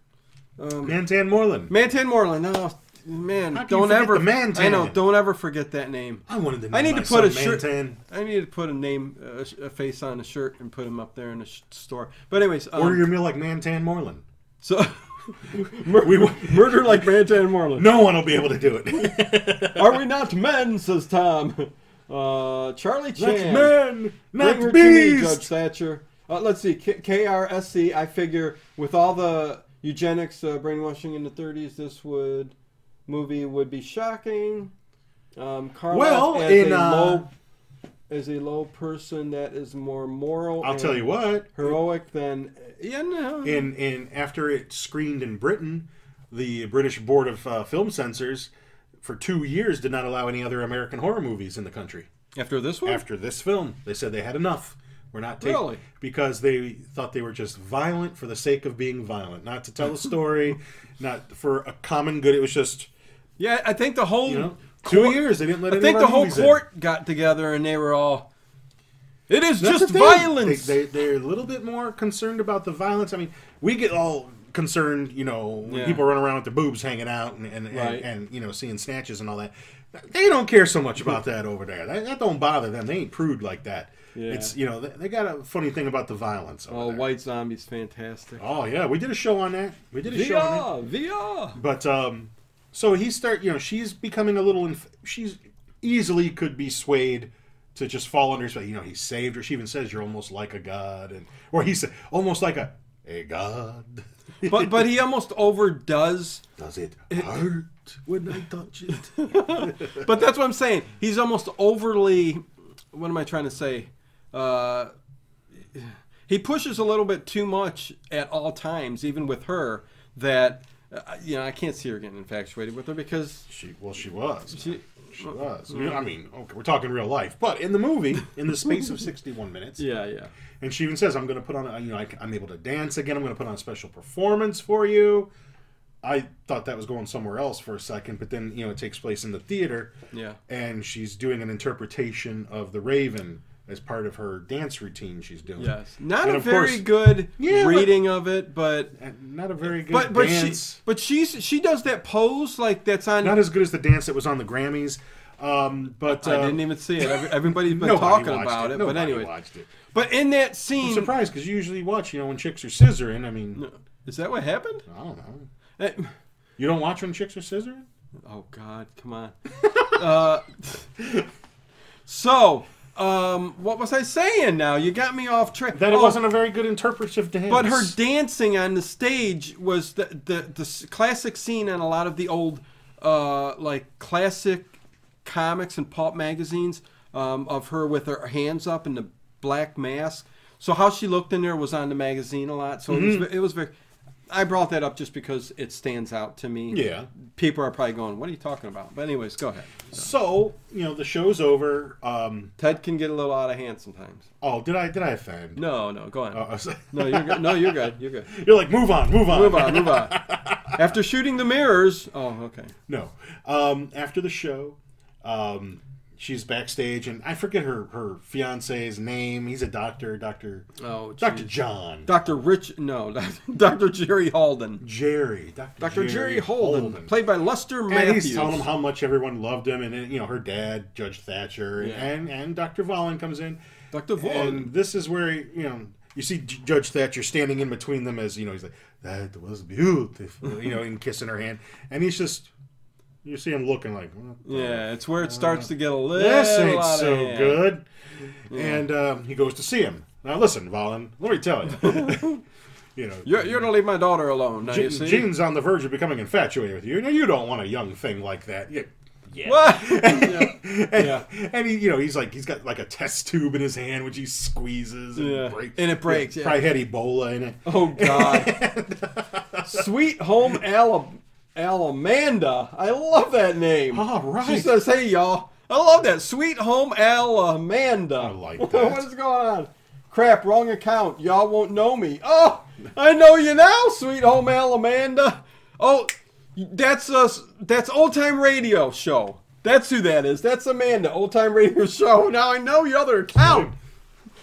Speaker 3: Um,
Speaker 1: Mantan Moreland.
Speaker 3: Mantan Moreland. No, man,
Speaker 1: How can you
Speaker 3: don't
Speaker 1: forget
Speaker 3: ever.
Speaker 1: the Mantan?
Speaker 3: I know. Don't ever forget that name.
Speaker 1: I wanted to. Name
Speaker 3: I need
Speaker 1: my
Speaker 3: to put a
Speaker 1: son
Speaker 3: shirt.
Speaker 1: Mantan.
Speaker 3: I need to put a name, a, sh- a face on a shirt, and put him up there in a sh- store. But anyways, um,
Speaker 1: Order your meal like Mantan Moreland.
Speaker 3: so mur-
Speaker 1: We-
Speaker 3: murder like Mantan Moreland.
Speaker 1: No one will be able to do it.
Speaker 3: Are we not men? Says Tom. Uh, Charlie
Speaker 1: That's
Speaker 3: Chan.
Speaker 1: man,
Speaker 3: Bring her
Speaker 1: not
Speaker 3: to me, Judge
Speaker 1: beast.
Speaker 3: Thatcher. Uh, let's see, K- KRSC. I figure with all the eugenics uh, brainwashing in the 30s, this would movie would be shocking. Um, Carl
Speaker 1: Well,
Speaker 3: as
Speaker 1: in,
Speaker 3: a
Speaker 1: uh,
Speaker 3: low as a low person that is more moral.
Speaker 1: I'll
Speaker 3: and
Speaker 1: tell you what.
Speaker 3: heroic than yeah no.
Speaker 1: in in after it screened in Britain, the British Board of uh, Film Censors for two years did not allow any other American horror movies in the country.
Speaker 3: After this one,
Speaker 1: After this film, they said they had enough. We're not taking
Speaker 3: Really?
Speaker 1: because they thought they were just violent for the sake of being violent, not to tell a story, not for a common good. It was just
Speaker 3: yeah, I think the whole
Speaker 1: you know two
Speaker 3: court,
Speaker 1: years they didn't let.
Speaker 3: I
Speaker 1: any
Speaker 3: think
Speaker 1: of our
Speaker 3: the whole
Speaker 1: movies in.
Speaker 3: court got together and they were all. It is
Speaker 1: That's
Speaker 3: just
Speaker 1: the thing.
Speaker 3: violence.
Speaker 1: They, they, they're a little bit more concerned about the violence. I mean, we get all concerned, you know, when
Speaker 3: Yeah.
Speaker 1: people run around with their boobs hanging out and and,
Speaker 3: Right.
Speaker 1: and and you know seeing snatches and all that. They don't care so much about that over there. That, that don't bother them. They ain't prude like that.
Speaker 3: Yeah.
Speaker 1: It's you know they, they got a funny thing about the violence. Over
Speaker 3: oh,
Speaker 1: there.
Speaker 3: White Zombie's fantastic.
Speaker 1: Oh yeah, we did a show on that. We did a show on that.
Speaker 3: VR, VR.
Speaker 1: But um, so he start, you know, she's becoming a little. Inf- she's easily could be swayed to just fall under his. You know, he saved her. She even says, "You're almost like a god," and or he said, "Almost like a a god."
Speaker 3: But but he almost overdoes.
Speaker 1: Does it hurt when I touch it?
Speaker 3: But that's what I'm saying. He's almost overly. What am I trying to say? Uh, he pushes a little bit too much at all times, even with her. That uh, you know, I can't see her getting infatuated with her because
Speaker 1: she well, she was.
Speaker 3: she.
Speaker 1: She, mm. was. You know, I mean, okay, we're talking real life, but in the movie, in the space of sixty-one minutes,
Speaker 3: Yeah, yeah.
Speaker 1: and she even says, "I'm going to put on, a, you know, I, am able to dance again. I'm going to put on a special performance for you." I thought that was going somewhere else for a second, but then you know it takes place in the theater,
Speaker 3: Yeah.
Speaker 1: and she's doing an interpretation of the Raven as part of her dance routine she's doing.
Speaker 3: Yes. Not
Speaker 1: And
Speaker 3: a
Speaker 1: of
Speaker 3: very
Speaker 1: course-
Speaker 3: good
Speaker 1: Yeah, but-
Speaker 3: reading of it, but
Speaker 1: And not a very good
Speaker 3: but but she
Speaker 1: dance.
Speaker 3: but she's she does that pose like that's on.
Speaker 1: Not as good as the dance that was on the Grammys. Um, but
Speaker 3: I
Speaker 1: uh,
Speaker 3: didn't even see it. Every- Everybody's been
Speaker 1: nobody
Speaker 3: talking
Speaker 1: watched
Speaker 3: about it, but
Speaker 1: Nobody
Speaker 3: anyway.
Speaker 1: watched it.
Speaker 3: But in that scene,
Speaker 1: I'm surprised because you usually watch, you know, when chicks are scissoring. I mean,
Speaker 3: is that what happened?
Speaker 1: I don't know.
Speaker 3: Eh,
Speaker 1: You don't watch when chicks are scissoring?
Speaker 3: Oh God, come on. uh, so, um, what was I saying? Now you got me off track.
Speaker 1: That
Speaker 3: Oh,
Speaker 1: it wasn't a very good interpretive dance.
Speaker 3: But her dancing on the stage was the the, the s- classic scene on a lot of the old, uh, like classic comics and pulp magazines um, of her with her hands up in the black mask. So how she looked in there was on the magazine a lot. So it, was, it was very. I brought that up just because it stands out to me.
Speaker 1: Yeah.
Speaker 3: People are probably going, "What are you talking about?" But anyways, go ahead.
Speaker 1: So you know the show's over. Um,
Speaker 3: Ted can get a little out of hand sometimes.
Speaker 1: oh, did I did I offend?
Speaker 3: No, no, go on.
Speaker 1: Oh, I was-
Speaker 3: no, you're good. No, you're good. You're good.
Speaker 1: You're like move on, move on,
Speaker 3: Move on, move on. After shooting the mirrors. Oh, okay.
Speaker 1: No. Um, after the show, um, she's backstage, and I forget her her fiance's name. He's a doctor, doctor,
Speaker 3: Oh,
Speaker 1: Doctor
Speaker 3: geez.
Speaker 1: John,
Speaker 3: Dr. Rich. No, Dr. Jerry Holden.
Speaker 1: Jerry, Doctor
Speaker 3: Dr. Jerry, Holden, played by Lester
Speaker 1: and
Speaker 3: Matthews.
Speaker 1: he's telling him how much everyone loved him, and then, you know her dad, Judge Thatcher, and
Speaker 3: Yeah.
Speaker 1: and, and Doctor Vollen comes in,
Speaker 3: Dr. Vaughn.
Speaker 1: and this is where he, you know. You see J- Judge Thatcher standing in between them as you know he's like that was beautiful, you know, and kissing her hand, and he's just you see him looking like what the
Speaker 3: Yeah, it's where it starts to get a little
Speaker 1: uh, this ain't
Speaker 3: out of
Speaker 1: so
Speaker 3: hand.
Speaker 1: good. And um, he goes to see him. Now listen, Valen, let me tell you. you know,
Speaker 3: You're, you're gonna leave my daughter alone. Now, you
Speaker 1: Jean-
Speaker 3: see?
Speaker 1: Jean's on the verge of becoming infatuated with you. No, you don't want a young thing like that. Yeah. Yeah.
Speaker 3: What? yeah.
Speaker 1: and,
Speaker 3: Yeah.
Speaker 1: and he, you know, he's like, he's got like a test tube in his hand, which he squeezes and
Speaker 3: Yeah.
Speaker 1: breaks,
Speaker 3: And it breaks, yeah.
Speaker 1: Probably had Ebola in it.
Speaker 3: Oh God. Sweet home Ala- Alamanda. I love that name.
Speaker 1: All
Speaker 3: She
Speaker 1: right.
Speaker 3: says, "Hey y'all, I love that. Sweet home Alamanda.
Speaker 1: I like
Speaker 3: what
Speaker 1: that.
Speaker 3: is going on? Crap, wrong account. Y'all won't know me. Oh, I know you now, sweet home Alamanda. Oh, that's us. That's old time radio show. That's who that is. That's Amanda, old time radio show. Now I know your other account.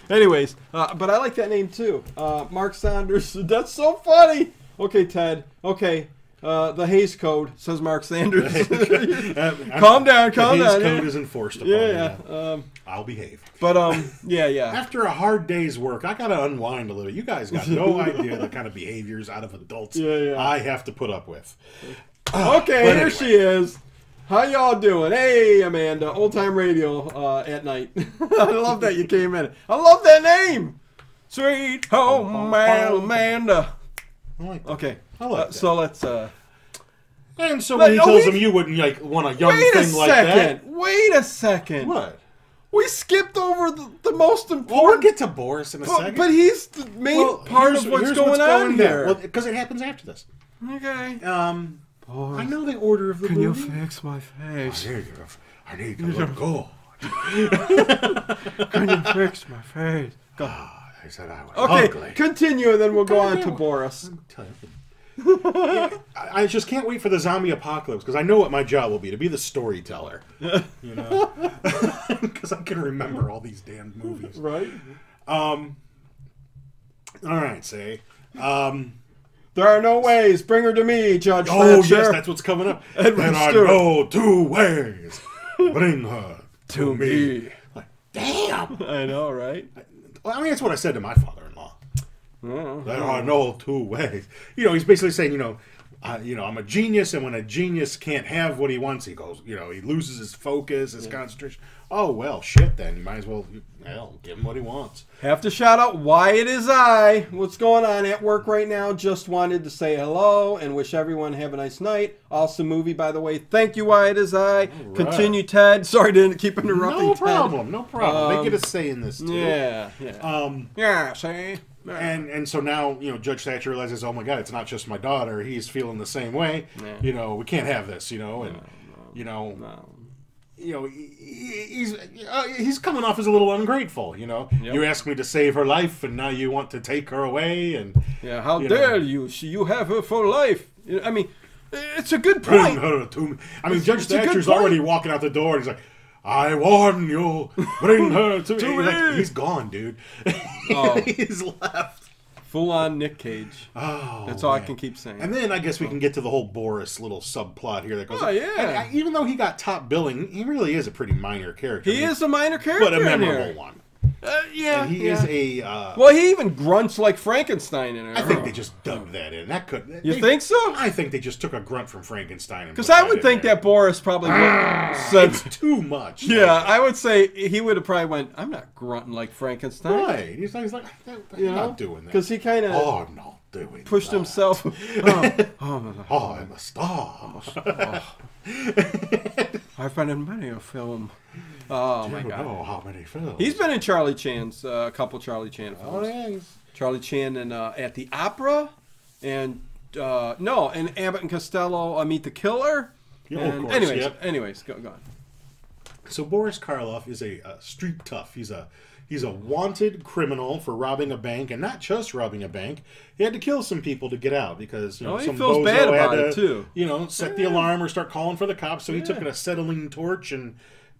Speaker 3: Anyways, uh, but I like that name too. Uh, Mark Saunders. That's so funny. Okay, Ted. Okay. Uh, the Hayes Code says Mark Sanders.
Speaker 1: Um, I'm-
Speaker 3: Calm down, calm
Speaker 1: his
Speaker 3: down,
Speaker 1: code
Speaker 3: yeah.
Speaker 1: is enforced upon me.
Speaker 3: yeah, yeah. Um,
Speaker 1: I'll behave.
Speaker 3: but um, yeah, yeah.
Speaker 1: After a hard day's work, I gotta unwind a little. You guys got no idea the kind of behaviors out of adults
Speaker 3: Yeah, yeah.
Speaker 1: I have to put up with.
Speaker 3: Okay,
Speaker 1: But
Speaker 3: here
Speaker 1: anyway.
Speaker 3: she is. How y'all doing? Hey, Amanda, old time radio uh, at night. I love that you came in. I love that name, sweet home Amanda.
Speaker 1: I like that.
Speaker 3: Okay,
Speaker 1: I like
Speaker 3: uh,
Speaker 1: that.
Speaker 3: so let's. Uh,
Speaker 1: And so when he
Speaker 3: But- oh,
Speaker 1: tells
Speaker 3: wait-
Speaker 1: him you wouldn't like want a young
Speaker 3: wait a
Speaker 1: thing
Speaker 3: second.
Speaker 1: like that,
Speaker 3: Wait a second.
Speaker 1: what?
Speaker 3: We skipped over the, the most
Speaker 1: Well, we'll
Speaker 3: important.
Speaker 1: get to Boris in a
Speaker 3: but,
Speaker 1: second.
Speaker 3: but he's the main
Speaker 1: Well,
Speaker 3: part
Speaker 1: here's-
Speaker 3: of what's
Speaker 1: here's
Speaker 3: going
Speaker 1: down.
Speaker 3: on here.
Speaker 1: Well, because it happens after this.
Speaker 3: okay.
Speaker 1: Um,
Speaker 3: Boris,
Speaker 1: I know the order of the
Speaker 3: Can you
Speaker 1: movie.
Speaker 3: fix my face?
Speaker 1: I need to- I need to let go.
Speaker 3: Can you fix my face? Go.
Speaker 1: Ah, I said I was
Speaker 3: Okay,
Speaker 1: ugly.
Speaker 3: continue, and then we'll go on
Speaker 1: Goddamn
Speaker 3: to
Speaker 1: it.
Speaker 3: Boris.
Speaker 1: Tell you. Yeah, I I just can't wait for the zombie apocalypse because I know what my job will be to be the storyteller. You know, because I can remember all these damned movies.
Speaker 3: Right?
Speaker 1: All right, say. Um,
Speaker 3: There are no ways. Bring her to me, Judge
Speaker 1: oh
Speaker 3: Thatcher.
Speaker 1: yes, that's what's coming up.
Speaker 3: Edward
Speaker 1: there are
Speaker 3: Stewart.
Speaker 1: no two ways. Bring her to,
Speaker 3: to
Speaker 1: me.
Speaker 3: me.
Speaker 1: Like, damn.
Speaker 3: I know, right?
Speaker 1: Well, I mean, that's what I said to my father-in-law.
Speaker 3: Yeah.
Speaker 1: There are no two ways. You know, he's basically saying, you know, uh, you know, I'm a genius, and when a genius can't have what he wants, he goes, you know, he loses his focus, his concentration. Oh well, shit. Then you might as well, hell, give him what he wants.
Speaker 3: Have to shout out why it is I. What's going on at work right now? Just wanted to say hello and wish everyone have a nice night. Awesome movie, by the way. Thank you, why it is I. Continue, Ted. Sorry to keep interrupting.
Speaker 1: No
Speaker 3: Ted.
Speaker 1: problem. No problem.
Speaker 3: Um,
Speaker 1: they get a say in this too.
Speaker 3: Yeah, yeah,
Speaker 1: Um,
Speaker 3: yeah. See, Yeah.
Speaker 1: and and so now you know Judge Thatcher realizes, oh my God, it's not just my daughter. He's feeling the same way.
Speaker 3: Yeah.
Speaker 1: You know, we can't have this. You know, and you know,
Speaker 3: Um,
Speaker 1: you know, he- he- he's uh, he's coming off as a little ungrateful. You know,
Speaker 3: Yep.
Speaker 1: you asked me to save her life, and now you want to take her away and
Speaker 3: yeah. How
Speaker 1: You
Speaker 3: dare
Speaker 1: know.
Speaker 3: you? She, you have her for life. You know, I mean, it's a good
Speaker 1: bring
Speaker 3: point.
Speaker 1: her to me. I mean, Judge
Speaker 3: it's a good
Speaker 1: Thatcher's
Speaker 3: point.
Speaker 1: already walking out the door, and he's like. I warn you, bring her to,
Speaker 3: To
Speaker 1: me. Like,
Speaker 3: me.
Speaker 1: he's gone, dude.
Speaker 3: Oh.
Speaker 1: he's left.
Speaker 3: Full on Nick Cage.
Speaker 1: Oh,
Speaker 3: That's all I
Speaker 1: man.
Speaker 3: can keep saying.
Speaker 1: And then I guess we can get to the whole Boris little subplot here that goes.
Speaker 3: Oh,
Speaker 1: on.
Speaker 3: yeah.
Speaker 1: And I- even though he got top billing, he really is a pretty minor character.
Speaker 3: he is a minor character,
Speaker 1: but a memorable
Speaker 3: in here.
Speaker 1: one.
Speaker 3: Uh, yeah,
Speaker 1: And he
Speaker 3: yeah.
Speaker 1: is a. Uh,
Speaker 3: well, he even grunts like Frankenstein in it.
Speaker 1: I think they just dubbed that in. That could.
Speaker 3: Uh-huh. You
Speaker 1: they-
Speaker 3: think so?
Speaker 1: I think they just took a grunt from Frankenstein.
Speaker 3: Because I would think that Boris probably would
Speaker 1: Ah.
Speaker 3: said,
Speaker 1: that's too much.
Speaker 3: "Yeah, I would say he would have probably went." I'm not grunting like Frankenstein,
Speaker 1: Right. He's like, he's like "I'm not- I'm
Speaker 3: You know,
Speaker 1: not doing that.
Speaker 3: because he kind of
Speaker 1: oh, I'm not doing.
Speaker 3: pushed
Speaker 1: that.
Speaker 3: himself. oh, oh, my God.
Speaker 1: Oh, I'm a star.
Speaker 3: I I've been in many a film. Oh my
Speaker 1: I don't
Speaker 3: god.
Speaker 1: know how many films.
Speaker 3: He's been in Charlie Chan's uh, a couple Charlie Chan films.
Speaker 1: Oh, yeah, he's-
Speaker 3: Charlie Chan and uh, at the Opera, and uh, no, and Abbott and Costello, uh, Meet the Killer.
Speaker 1: Yeah, of
Speaker 3: and
Speaker 1: course,
Speaker 3: anyways,
Speaker 1: yep.
Speaker 3: anyways, go, go on.
Speaker 1: So Boris Karloff is a, uh street tough. He's a he's a wanted criminal for robbing a bank, and not just robbing a bank. He had to kill some people to get out because you know
Speaker 3: Oh, he
Speaker 1: some
Speaker 3: feels
Speaker 1: bozo
Speaker 3: bad
Speaker 1: had
Speaker 3: about
Speaker 1: to
Speaker 3: it, too.
Speaker 1: you know set the alarm or start calling for the cops. So he took an acetylene torch and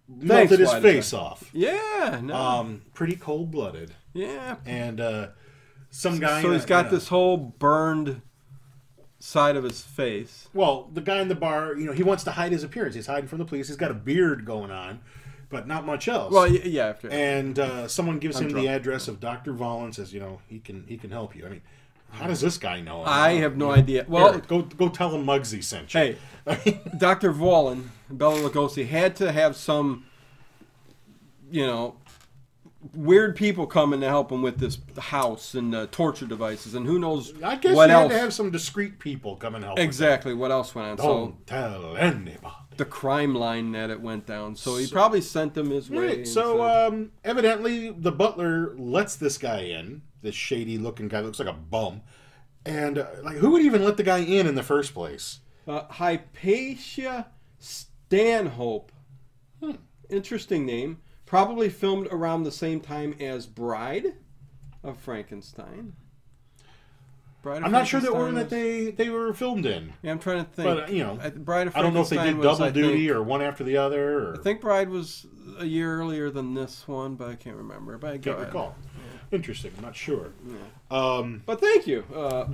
Speaker 3: Thanks,
Speaker 1: melted his
Speaker 3: Widener.
Speaker 1: face off.
Speaker 3: Yeah, no,
Speaker 1: Um, pretty cold blooded,
Speaker 3: yeah.
Speaker 1: and uh, some guy.
Speaker 3: So
Speaker 1: in
Speaker 3: he's
Speaker 1: a-
Speaker 3: got
Speaker 1: in a-
Speaker 3: this whole burned side of his face.
Speaker 1: Well, the guy in the bar, you know, he wants to hide his appearance. He's hiding from the police. He's got a beard going on, but not much else.
Speaker 3: Well, y- yeah, after
Speaker 1: and uh, someone gives him
Speaker 3: drunk.
Speaker 1: the address of Doctor Vaughn. Says, you know, he can he can help you. I mean, how does this guy know?
Speaker 3: I have no idea. Well,
Speaker 1: Here, go go tell him Muggsy sent you.
Speaker 3: Hey, Dr. Vollen, Bella Lugosi, had to have some, you know, weird people coming to help him with this house and uh, torture devices and who knows
Speaker 1: I guess
Speaker 3: what
Speaker 1: you
Speaker 3: else.
Speaker 1: had to have some discreet people come and help. with it.
Speaker 3: exactly, what else went on. So
Speaker 1: Don't tell anybody.
Speaker 3: the crime line that it went down. So he probably sent them his way.
Speaker 1: Right.
Speaker 3: and
Speaker 1: So
Speaker 3: said-
Speaker 1: um, evidently, the butler lets this guy in. This shady looking guy looks like a bum. And uh, like, who would even let the guy in in the first place?
Speaker 3: Uh, Hypatia Stanhope. Hmm, Interesting name. Probably filmed around the same time as Bride of Frankenstein. Bride of
Speaker 1: I'm not sure the
Speaker 3: Frankenstein
Speaker 1: order that
Speaker 3: was-
Speaker 1: they they were filmed in.
Speaker 3: Yeah, I'm trying to think.
Speaker 1: But, uh, you know,
Speaker 3: I, Bride of
Speaker 1: I don't know if they did
Speaker 3: Frankenstein was,
Speaker 1: double
Speaker 3: I
Speaker 1: duty
Speaker 3: think-
Speaker 1: or one after the other. Or...
Speaker 3: I think Bride was a year earlier than this one, but I can't remember. But I
Speaker 1: Can't recall. Interesting. I'm not sure. Um,
Speaker 3: But thank you. Uh,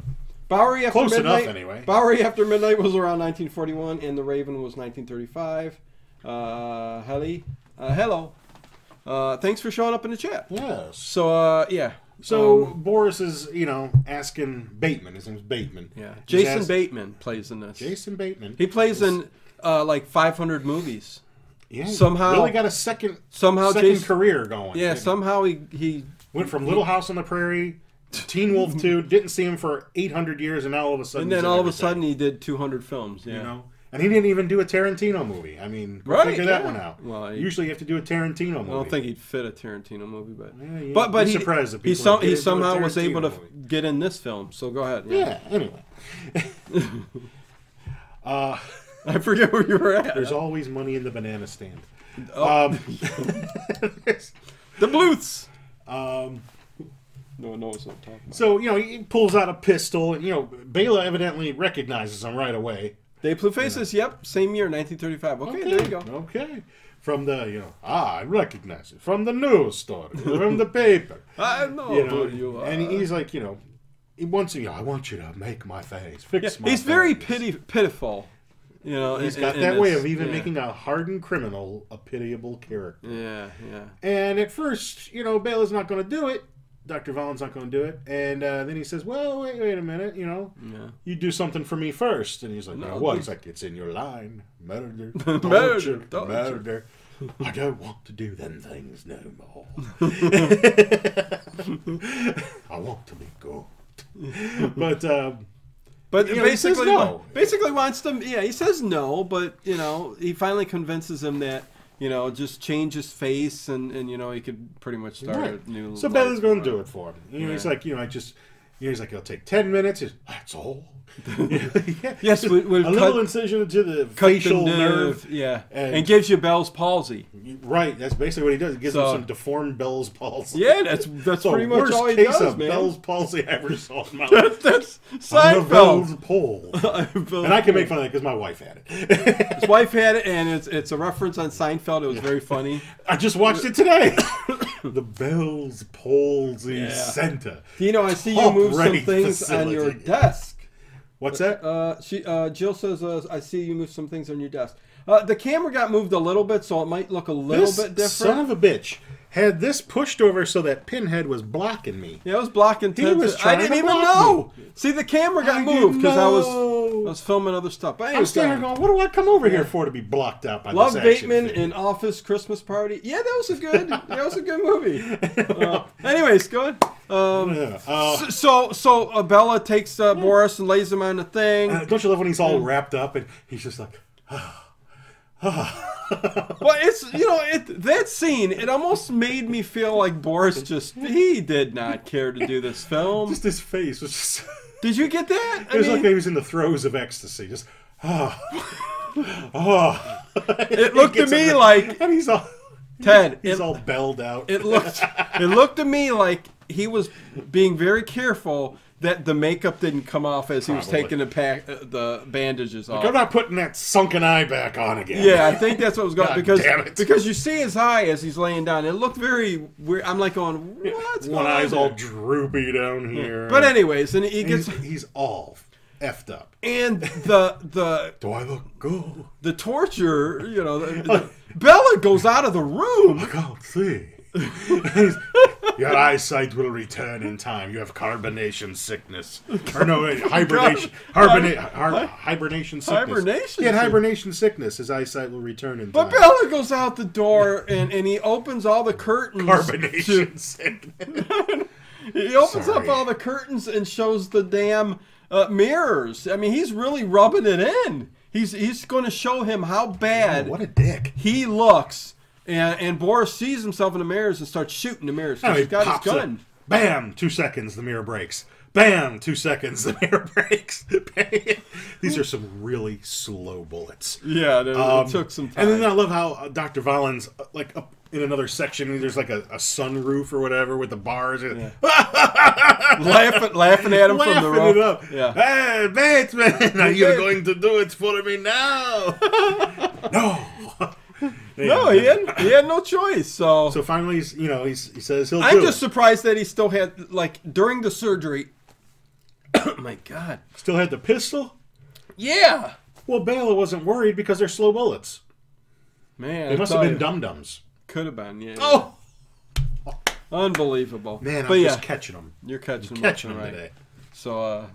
Speaker 3: Bowery after
Speaker 1: Close enough,
Speaker 3: midnight.
Speaker 1: anyway.
Speaker 3: Bowery after midnight was around 1941, and The Raven was 1935. Uh, Helly, uh, hello. Uh, thanks for showing up in the chat.
Speaker 1: yes.
Speaker 3: So uh, yeah.
Speaker 1: So
Speaker 3: Um,
Speaker 1: Boris is, you know, asking Bateman. His name's Bateman.
Speaker 3: yeah,
Speaker 1: He's
Speaker 3: Jason
Speaker 1: ask-
Speaker 3: Bateman plays in this.
Speaker 1: Jason Bateman.
Speaker 3: He plays in uh, like 500 movies.
Speaker 1: yeah,
Speaker 3: somehow-
Speaker 1: really got a second
Speaker 3: Somehow
Speaker 1: second
Speaker 3: Jason.
Speaker 1: career going.
Speaker 3: Yeah,
Speaker 1: didn't he?
Speaker 3: somehow he he
Speaker 1: Went from Little House on the Prairie to Teen Wolf 2, didn't see him for 800 years, and now all of a sudden.
Speaker 3: and
Speaker 1: he's
Speaker 3: then
Speaker 1: in
Speaker 3: all of a
Speaker 1: everything,
Speaker 3: sudden he did 200 films. Yeah.
Speaker 1: You know? And he didn't even do a Tarantino movie. I mean, go
Speaker 3: Right,
Speaker 1: figure that
Speaker 3: yeah.
Speaker 1: one out.
Speaker 3: Well, he-
Speaker 1: Usually you have to do a Tarantino movie.
Speaker 3: I don't think he'd fit a Tarantino movie, but
Speaker 1: Yeah, yeah,
Speaker 3: but but
Speaker 1: be
Speaker 3: he
Speaker 1: surprised if
Speaker 3: he,
Speaker 1: people
Speaker 3: some,
Speaker 1: get
Speaker 3: he
Speaker 1: into a
Speaker 3: somehow was
Speaker 1: Tarantino
Speaker 3: able to
Speaker 1: movie.
Speaker 3: f- get in this film. So go ahead.
Speaker 1: Yeah, anyway. uh,
Speaker 3: I forget where you were at.
Speaker 1: there's always money in the banana stand.
Speaker 3: Uh-huh. Oh.
Speaker 1: Um,
Speaker 3: the Bluths.
Speaker 1: um,
Speaker 3: No one knows what I'm talking about.
Speaker 1: so, you know, he pulls out a pistol, and, you know, Bela evidently recognizes him right away.
Speaker 3: They Blue Faces. Yep, same year, 1935. Okay, there you go.
Speaker 1: Okay. From the, you know, ah, I recognize it. From the news story, from the paper.
Speaker 3: I know,
Speaker 1: you know,
Speaker 3: who Oh, you Uh, are.
Speaker 1: and he's like, you know, he wants you. Know, I want you to make my face, fix
Speaker 3: Yeah,
Speaker 1: my.
Speaker 3: he's very
Speaker 1: face."
Speaker 3: pity, pitiful. You know,
Speaker 1: He's
Speaker 3: in-
Speaker 1: got
Speaker 3: in
Speaker 1: that way
Speaker 3: this.
Speaker 1: of even
Speaker 3: Yeah.
Speaker 1: making a hardened criminal a pitiable character.
Speaker 3: Yeah, yeah.
Speaker 1: And at first, you know, Bela's not going to do it. Doctor Valen's not going to do it. And uh, then he says, "Well, wait, wait a minute. You know,
Speaker 3: Yeah.
Speaker 1: you do something for me first. And he's like,
Speaker 3: No,
Speaker 1: "Well, what?"
Speaker 3: dude.
Speaker 1: He's like, "It's in your line, murder,
Speaker 3: Murder,
Speaker 1: torture,
Speaker 3: torture.
Speaker 1: murder." I don't want to do them things no more. I want to be good. But um,
Speaker 3: But
Speaker 1: You know, he says
Speaker 3: basically,
Speaker 1: no.
Speaker 3: wa- basically wants to. Yeah, he says no, but you know, he finally convinces him that you know, just change his face, and and you know, he could pretty much start
Speaker 1: Right.
Speaker 3: a new.
Speaker 1: So
Speaker 3: life.
Speaker 1: Bella's going to do it for him. You know, he's
Speaker 3: Yeah.
Speaker 1: like, you know, I just, you know, he's like, it'll take ten minutes. He's, That's all. yeah.
Speaker 3: Yes, we, we'll
Speaker 1: a little
Speaker 3: cut,
Speaker 1: incision to the
Speaker 3: cut the
Speaker 1: facial nerve.
Speaker 3: nerve, yeah,
Speaker 1: and-
Speaker 3: and, gives you Bell's palsy.
Speaker 1: Right. That's basically what he does. He gives
Speaker 3: So-
Speaker 1: him some deformed Bell's palsy.
Speaker 3: Yeah, that's that's
Speaker 1: It's the
Speaker 3: pretty much
Speaker 1: worst
Speaker 3: all he
Speaker 1: case
Speaker 3: does,
Speaker 1: of
Speaker 3: man.
Speaker 1: Bell's palsy I ever saw in my life.
Speaker 3: that's that's
Speaker 1: On the Bell's
Speaker 3: Seinfeld.
Speaker 1: pole. And I can make fun of that because my wife had it.
Speaker 3: His wife had it, and it's it's a reference on Seinfeld. It was very funny.
Speaker 1: I just watched it today. the Bell's Palsy Center.
Speaker 3: You know, I see you
Speaker 1: Top
Speaker 3: move some
Speaker 1: rating
Speaker 3: things on your
Speaker 1: Oh, facility.
Speaker 3: desk.
Speaker 1: What's that?
Speaker 3: Uh, she uh, Jill says, uh, "I see you move some things on your desk." Uh, the camera got moved a little bit, so it might look a little
Speaker 1: this
Speaker 3: bit different.
Speaker 1: son of a bitch had this pushed over so that Pinhead was blocking me.
Speaker 3: yeah, it was blocking.
Speaker 1: He
Speaker 3: Ted's-
Speaker 1: was
Speaker 3: I
Speaker 1: trying
Speaker 3: didn't
Speaker 1: to
Speaker 3: even
Speaker 1: block
Speaker 3: know. See, the camera got
Speaker 1: I
Speaker 3: moved because I was
Speaker 1: know.
Speaker 3: I was filming other stuff. But
Speaker 1: I'm
Speaker 3: anyway,
Speaker 1: standing there going, what do I come over here for to be blocked out by
Speaker 3: Love
Speaker 1: this action
Speaker 3: Bateman
Speaker 1: figure?
Speaker 3: in Office Christmas Party. Yeah, that was a good. that was a good movie. Uh, anyways, go ahead. Um,
Speaker 1: Yeah. Uh,
Speaker 3: so so uh, Bella takes uh, Boris and lays him on the thing.
Speaker 1: don't you love when he's all wrapped up and he's just like, ah,
Speaker 3: well, it's you know it that scene. It almost made me feel like Boris just he did not care to do this film.
Speaker 1: Just his face was just.
Speaker 3: Did you get that? I
Speaker 1: It was
Speaker 3: mean,
Speaker 1: like he was in the throes of ecstasy. Just ah, ah.
Speaker 3: it looked to me like
Speaker 1: and he's all
Speaker 3: Ted.
Speaker 1: he's
Speaker 3: it,
Speaker 1: all belled out.
Speaker 3: it looked it looked to me like he was being very careful that the makeup didn't come off as he was
Speaker 1: Probably.
Speaker 3: taking the pack uh, the bandages off.
Speaker 1: I'm not putting that sunken eye back on again.
Speaker 3: Yeah, I think that's what was going
Speaker 1: God
Speaker 3: because
Speaker 1: damn it.
Speaker 3: because you see his eye as he's laying down. It looked very weird. I'm like going, what's
Speaker 1: one
Speaker 3: going on
Speaker 1: eye's all
Speaker 3: there?"
Speaker 1: droopy down here.
Speaker 3: Hmm. But anyways, and he
Speaker 1: he's,
Speaker 3: gets
Speaker 1: he's all effed up.
Speaker 3: and the the
Speaker 1: Do I look good?
Speaker 3: the torture. You know, the, the- Bella goes out of the room.
Speaker 1: I can't see. He's- Your eyesight will return in time. You have carbonation sickness. Or no, wait, hibernation. Hibernate, har- hibernation sickness.
Speaker 3: Hibernation
Speaker 1: He had
Speaker 3: sick-
Speaker 1: hibernation sickness. His eyesight will return in
Speaker 3: But
Speaker 1: time.
Speaker 3: Bella goes out the door and, and he opens all the curtains.
Speaker 1: Carbonation sickness.
Speaker 3: He opens
Speaker 1: Sorry.
Speaker 3: up all the curtains and shows the damn uh, mirrors. I mean, he's really rubbing it in. He's he's going to show him how bad
Speaker 1: Oh, What a dick.
Speaker 3: he looks, and, and Boris sees himself in the mirrors and starts shooting the mirrors. 'cause
Speaker 1: Now Oh, he
Speaker 3: he's got
Speaker 1: pops
Speaker 3: his
Speaker 1: up.
Speaker 3: gun.
Speaker 1: Bam! Two seconds, the mirror breaks. Bam! Two seconds, the mirror breaks. Bam. These are some really slow bullets.
Speaker 3: Yeah, it,
Speaker 1: Um,
Speaker 3: it took some time.
Speaker 1: And then I love how uh, Dr. Valens, uh, like up in another section, there's like a, a sunroof or whatever with the bars. and
Speaker 3: laughing, laughing at him
Speaker 1: Laughing
Speaker 3: from the roof.
Speaker 1: it up.
Speaker 3: Yeah.
Speaker 1: Hey, Batman, are you
Speaker 3: did.
Speaker 1: going to do it for me now? no.
Speaker 3: No, he had he had no choice. So,
Speaker 1: So finally, he's, you know, he's, he says he'll
Speaker 3: I'm
Speaker 1: do
Speaker 3: just
Speaker 1: it.
Speaker 3: surprised that he still had like during the surgery. my God.
Speaker 1: Still had the pistol.
Speaker 3: Yeah.
Speaker 1: Well, Bala wasn't worried because they're slow bullets.
Speaker 3: Man,
Speaker 1: They must have been dum dums.
Speaker 3: Could have been. Yeah.
Speaker 1: Oh
Speaker 3: Unbelievable.
Speaker 1: man, I'm
Speaker 3: but yeah,
Speaker 1: just catching them,
Speaker 3: you're catching them.
Speaker 1: catching
Speaker 3: up,
Speaker 1: them
Speaker 3: right.
Speaker 1: today.
Speaker 3: So, uh,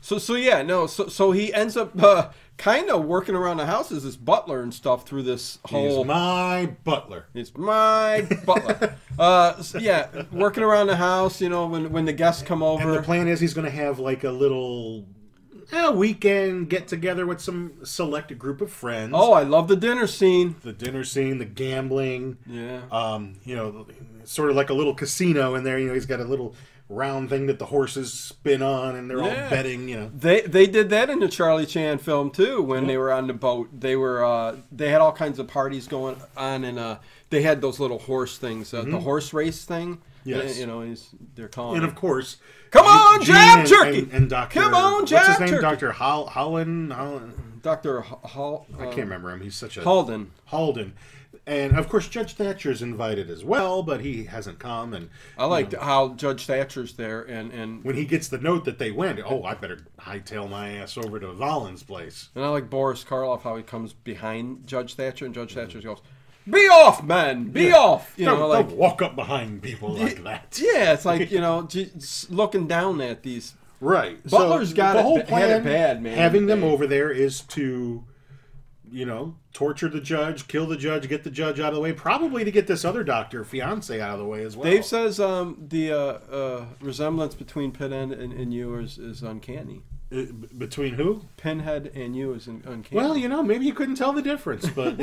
Speaker 3: so, so yeah, no, so, so he ends up uh, kind of working around the house as his butler and stuff through this
Speaker 1: He's
Speaker 3: whole.
Speaker 1: my butler.
Speaker 3: It's my butler. uh, s- yeah, working around the house, you know, when when the guests come
Speaker 1: And the
Speaker 3: over.
Speaker 1: plan is he's going to have like a little eh, weekend get together with some select group of friends.
Speaker 3: oh, I love the dinner scene.
Speaker 1: the dinner scene, the gambling.
Speaker 3: Yeah.
Speaker 1: Um, you know, sort of like a little casino in there. You know, he's got a little round thing that the horses spin on, and they're
Speaker 3: Yeah.
Speaker 1: all betting. You know,
Speaker 3: They they did that in the Charlie Chan film too when they were on the boat. They were uh, they had all kinds of parties going on and uh, they had those little horse things, uh, the horse race thing.
Speaker 1: Mm-hmm. Yes.
Speaker 3: you know, he's, they're calling.
Speaker 1: and
Speaker 3: it.
Speaker 1: of course,
Speaker 3: Come on,
Speaker 1: Gene
Speaker 3: Jab
Speaker 1: and-
Speaker 3: Turkey!
Speaker 1: and, and Doctor.
Speaker 3: Come on,
Speaker 1: What's his
Speaker 3: Jab
Speaker 1: name?
Speaker 3: Turkey!
Speaker 1: Doctor Hol- Holland. Holland.
Speaker 3: Dr. H- Hall,
Speaker 1: I can't remember him. He's such a
Speaker 3: uh, Halden.
Speaker 1: Halden. And of course, Judge Thatcher's invited as well, but he hasn't come. And
Speaker 3: I liked how Judge Thatcher's there and and,
Speaker 1: when he gets the note that they went, oh, I better hightail my ass over to Valen's place.
Speaker 3: and I like Boris Karloff how he comes behind Judge Thatcher and Judge Thatcher goes, "Be off, man, be off." You
Speaker 1: Mm-hmm. don't,
Speaker 3: know, like
Speaker 1: don't walk up behind people like that.
Speaker 3: yeah, it's like you know, just looking down at these.
Speaker 1: Right.
Speaker 3: Butler's got
Speaker 1: the
Speaker 3: it-
Speaker 1: whole
Speaker 3: had it
Speaker 1: plan.
Speaker 3: bad, man.
Speaker 1: Having them
Speaker 3: They-
Speaker 1: over there is to, you know, torture the judge, kill the judge, get the judge out of the way, probably to get this other doctor fiance out of the way as well.
Speaker 3: Dave says um, the uh, uh, resemblance between Pinhead and, and you is, is uncanny.
Speaker 1: Uh, b- between who?
Speaker 3: Pinhead and you is un- uncanny.
Speaker 1: Well, you know, maybe you couldn't tell the difference, but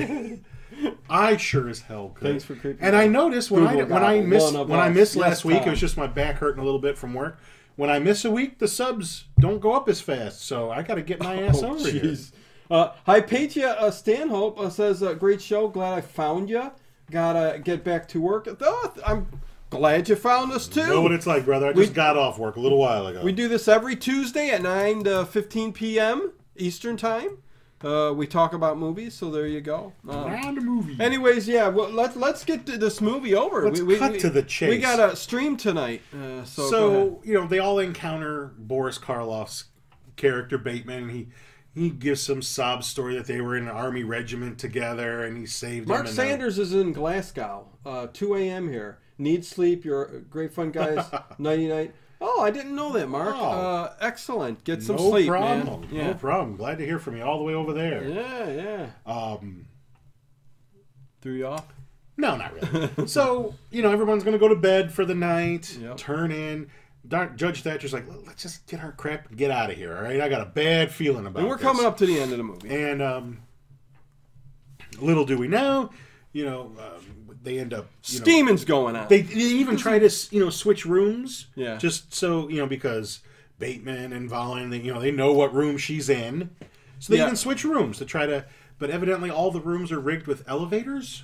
Speaker 1: I sure as hell could.
Speaker 3: Thanks for creeping
Speaker 1: And
Speaker 3: me
Speaker 1: I
Speaker 3: out.
Speaker 1: noticed when I
Speaker 3: Google
Speaker 1: when I
Speaker 3: gobble,
Speaker 1: missed
Speaker 3: one of
Speaker 1: when I
Speaker 3: us.
Speaker 1: missed
Speaker 3: Yes,
Speaker 1: last week, it
Speaker 3: Tom.
Speaker 1: was just my back hurting a little bit from work. When I miss a week, the subs don't go up as fast, so I got to get my ass
Speaker 3: Oh,
Speaker 1: over here.
Speaker 3: jeez. Uh, Hypatia uh, Stanhope uh, says, uh, "Great show. Glad I found you. Gotta get back to work. Oh, th- I'm glad you found us too.
Speaker 1: You know what it's like, brother? I
Speaker 3: We-
Speaker 1: just got off work a little while ago.
Speaker 3: We do this every Tuesday at 9 to 15 p.m. Eastern Time. Uh, we talk about movies, so there you go. Um,
Speaker 1: Round a movie.
Speaker 3: anyways, yeah, well, let's let's get th- this movie over.
Speaker 1: Let's cut to the chase.
Speaker 3: We got a stream tonight, uh, so, go ahead.
Speaker 1: so you know they all encounter Boris Karloff's character Bateman. And he he gives some sob story that they were in an army regiment together, and he saved
Speaker 3: Mark
Speaker 1: him. and, uh,
Speaker 3: Sanders is in Glasgow, uh, 2 a.m. here. Need sleep. You're a great fun, guys. Nighty night. Oh, I didn't know that, Mark.
Speaker 1: Oh.
Speaker 3: Uh, excellent. Get some
Speaker 1: no
Speaker 3: sleep,
Speaker 1: problem.
Speaker 3: man.
Speaker 1: No
Speaker 3: Yeah.
Speaker 1: problem. Glad to hear from you all the way over there.
Speaker 3: yeah, yeah.
Speaker 1: Um,
Speaker 3: Threw you off.
Speaker 1: no, not really. so you know, everyone's gonna go to bed for the night.
Speaker 3: Yep.
Speaker 1: Turn in. Doc, Judge Thatcher's like, let's just get our crap and get out of here. All right, I got a bad feeling about.
Speaker 3: And we're
Speaker 1: this."
Speaker 3: coming up to the end of the movie.
Speaker 1: And um, little do we know, you know, um, they end up you know,
Speaker 3: Steaming's going on.
Speaker 1: They, they even try to you know switch rooms.
Speaker 3: Yeah.
Speaker 1: Just so you know because Bateman and Valen, they, you know, they know what room she's in, so they
Speaker 3: Yeah.
Speaker 1: even switch rooms to try to. But evidently, all the rooms are rigged with elevators.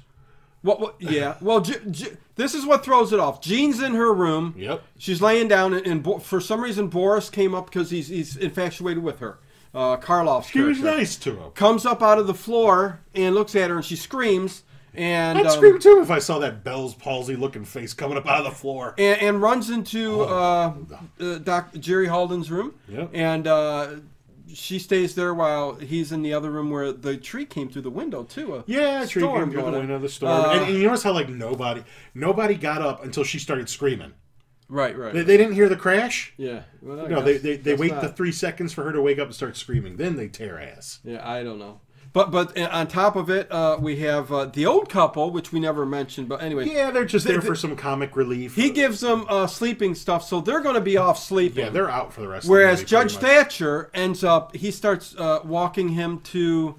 Speaker 3: What, what, yeah. Well, J- J- this is what throws it off. Jean's in her room.
Speaker 1: Yep.
Speaker 3: She's laying down, and, and Bo- for some reason Boris came up because he's he's infatuated with her. Uh, Karloff's
Speaker 1: She was
Speaker 3: character.
Speaker 1: nice to him.
Speaker 3: comes up out of the floor and looks at her, and she screams and
Speaker 1: I'd
Speaker 3: um,
Speaker 1: scream too if I saw that Bell's palsy looking face coming up out of the floor.
Speaker 3: and, and runs into uh, uh, Doc Jerry Halden's room.
Speaker 1: Oh, Yep.
Speaker 3: And uh, she stays there while he's in the other room where the tree came through the window too. A
Speaker 1: Yeah, tree came through
Speaker 3: going
Speaker 1: the
Speaker 3: on. Uh,
Speaker 1: window of the storm. and, and you notice how like nobody nobody got up until she started screaming.
Speaker 3: Right, right.
Speaker 1: They, they didn't hear the crash.
Speaker 3: yeah. Well, I
Speaker 1: No, they
Speaker 3: guess
Speaker 1: they, they
Speaker 3: that's
Speaker 1: wait
Speaker 3: not-
Speaker 1: the three seconds for her to wake up and start screaming. Then they tear ass.
Speaker 3: Yeah, I don't know. But but uh, on top of it, uh, we have uh, the old couple, which we never mentioned. But anyway,
Speaker 1: Yeah, they're just there
Speaker 3: they-
Speaker 1: for some comic relief.
Speaker 3: he gives them uh, sleeping stuff, so they're going to be off sleeping.
Speaker 1: yeah, they're out for the rest.
Speaker 3: Whereas
Speaker 1: of the movie,
Speaker 3: Judge
Speaker 1: pretty much.
Speaker 3: Thatcher ends up, he starts uh, walking him to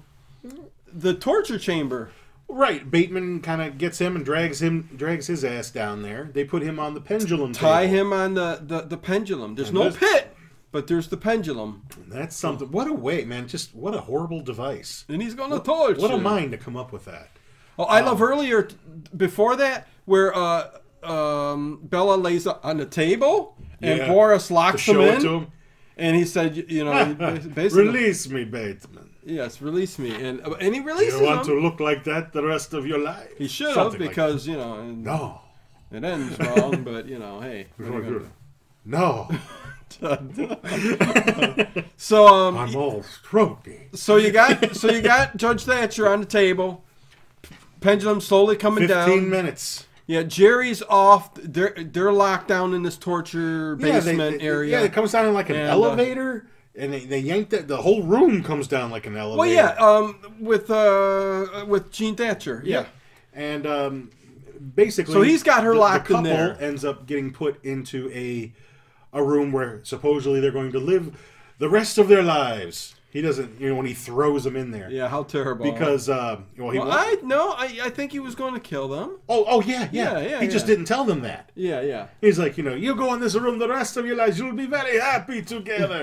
Speaker 3: the torture chamber.
Speaker 1: right? Bateman kind of gets him and drags him drags his ass down there. They put him on the pendulum.
Speaker 3: Tie
Speaker 1: table.
Speaker 3: him on the, the, the pendulum. There's
Speaker 1: And
Speaker 3: no
Speaker 1: this-
Speaker 3: pit, but there's the pendulum.
Speaker 1: That's something. What a way, man! Just what a horrible device.
Speaker 3: And he's going to torture.
Speaker 1: What a mind Um, to come up with that.
Speaker 3: Oh, I love earlier, t- before that, where uh, um, Bella lays on the table and
Speaker 1: Yeah.
Speaker 3: Boris
Speaker 1: To
Speaker 3: locks him
Speaker 1: show it
Speaker 3: in.
Speaker 1: to him.
Speaker 3: And he said, y- you know, basically,
Speaker 1: Release me, Bateman.
Speaker 3: yes, release me. And, uh, and he
Speaker 1: You
Speaker 3: releases him.
Speaker 1: want to look like that the rest of your life?
Speaker 3: He should have
Speaker 1: Something like
Speaker 3: because, you know, and-
Speaker 1: that. no,
Speaker 3: It ends wrong, but you know, hey. what are you
Speaker 1: no,
Speaker 3: gonna do? so um,
Speaker 1: I'm all stroking.
Speaker 3: so you got so you got Judge Thatcher on the table. Pendulum slowly coming
Speaker 1: Fifteen
Speaker 3: down.
Speaker 1: minutes.
Speaker 3: Yeah, Jerry's off. They're they're locked down in this torture basement
Speaker 1: yeah, they- they-
Speaker 3: area.
Speaker 1: Yeah, it comes down in like an
Speaker 3: And, uh,
Speaker 1: elevator, and they, they yank that. The whole room comes down like an elevator.
Speaker 3: well, yeah, um, with uh, with Gene Thatcher. Yeah,
Speaker 1: and um, basically,
Speaker 3: So he's got her
Speaker 1: the-
Speaker 3: locked
Speaker 1: the
Speaker 3: in
Speaker 1: couple
Speaker 3: there.
Speaker 1: Ends up getting put into a a room where supposedly they're going to live the rest of their lives. He doesn't, you know, when he throws them in there
Speaker 3: yeah. How terrible.
Speaker 1: because, uh, well, he
Speaker 3: Well,
Speaker 1: won't-
Speaker 3: I no, I I think he was going to kill them.
Speaker 1: Oh, oh yeah, yeah.
Speaker 3: Yeah, yeah,
Speaker 1: he just
Speaker 3: yeah.
Speaker 1: didn't tell them that.
Speaker 3: Yeah, yeah.
Speaker 1: He's like, you know, you go in this room the rest of your lives, you'll be very happy together.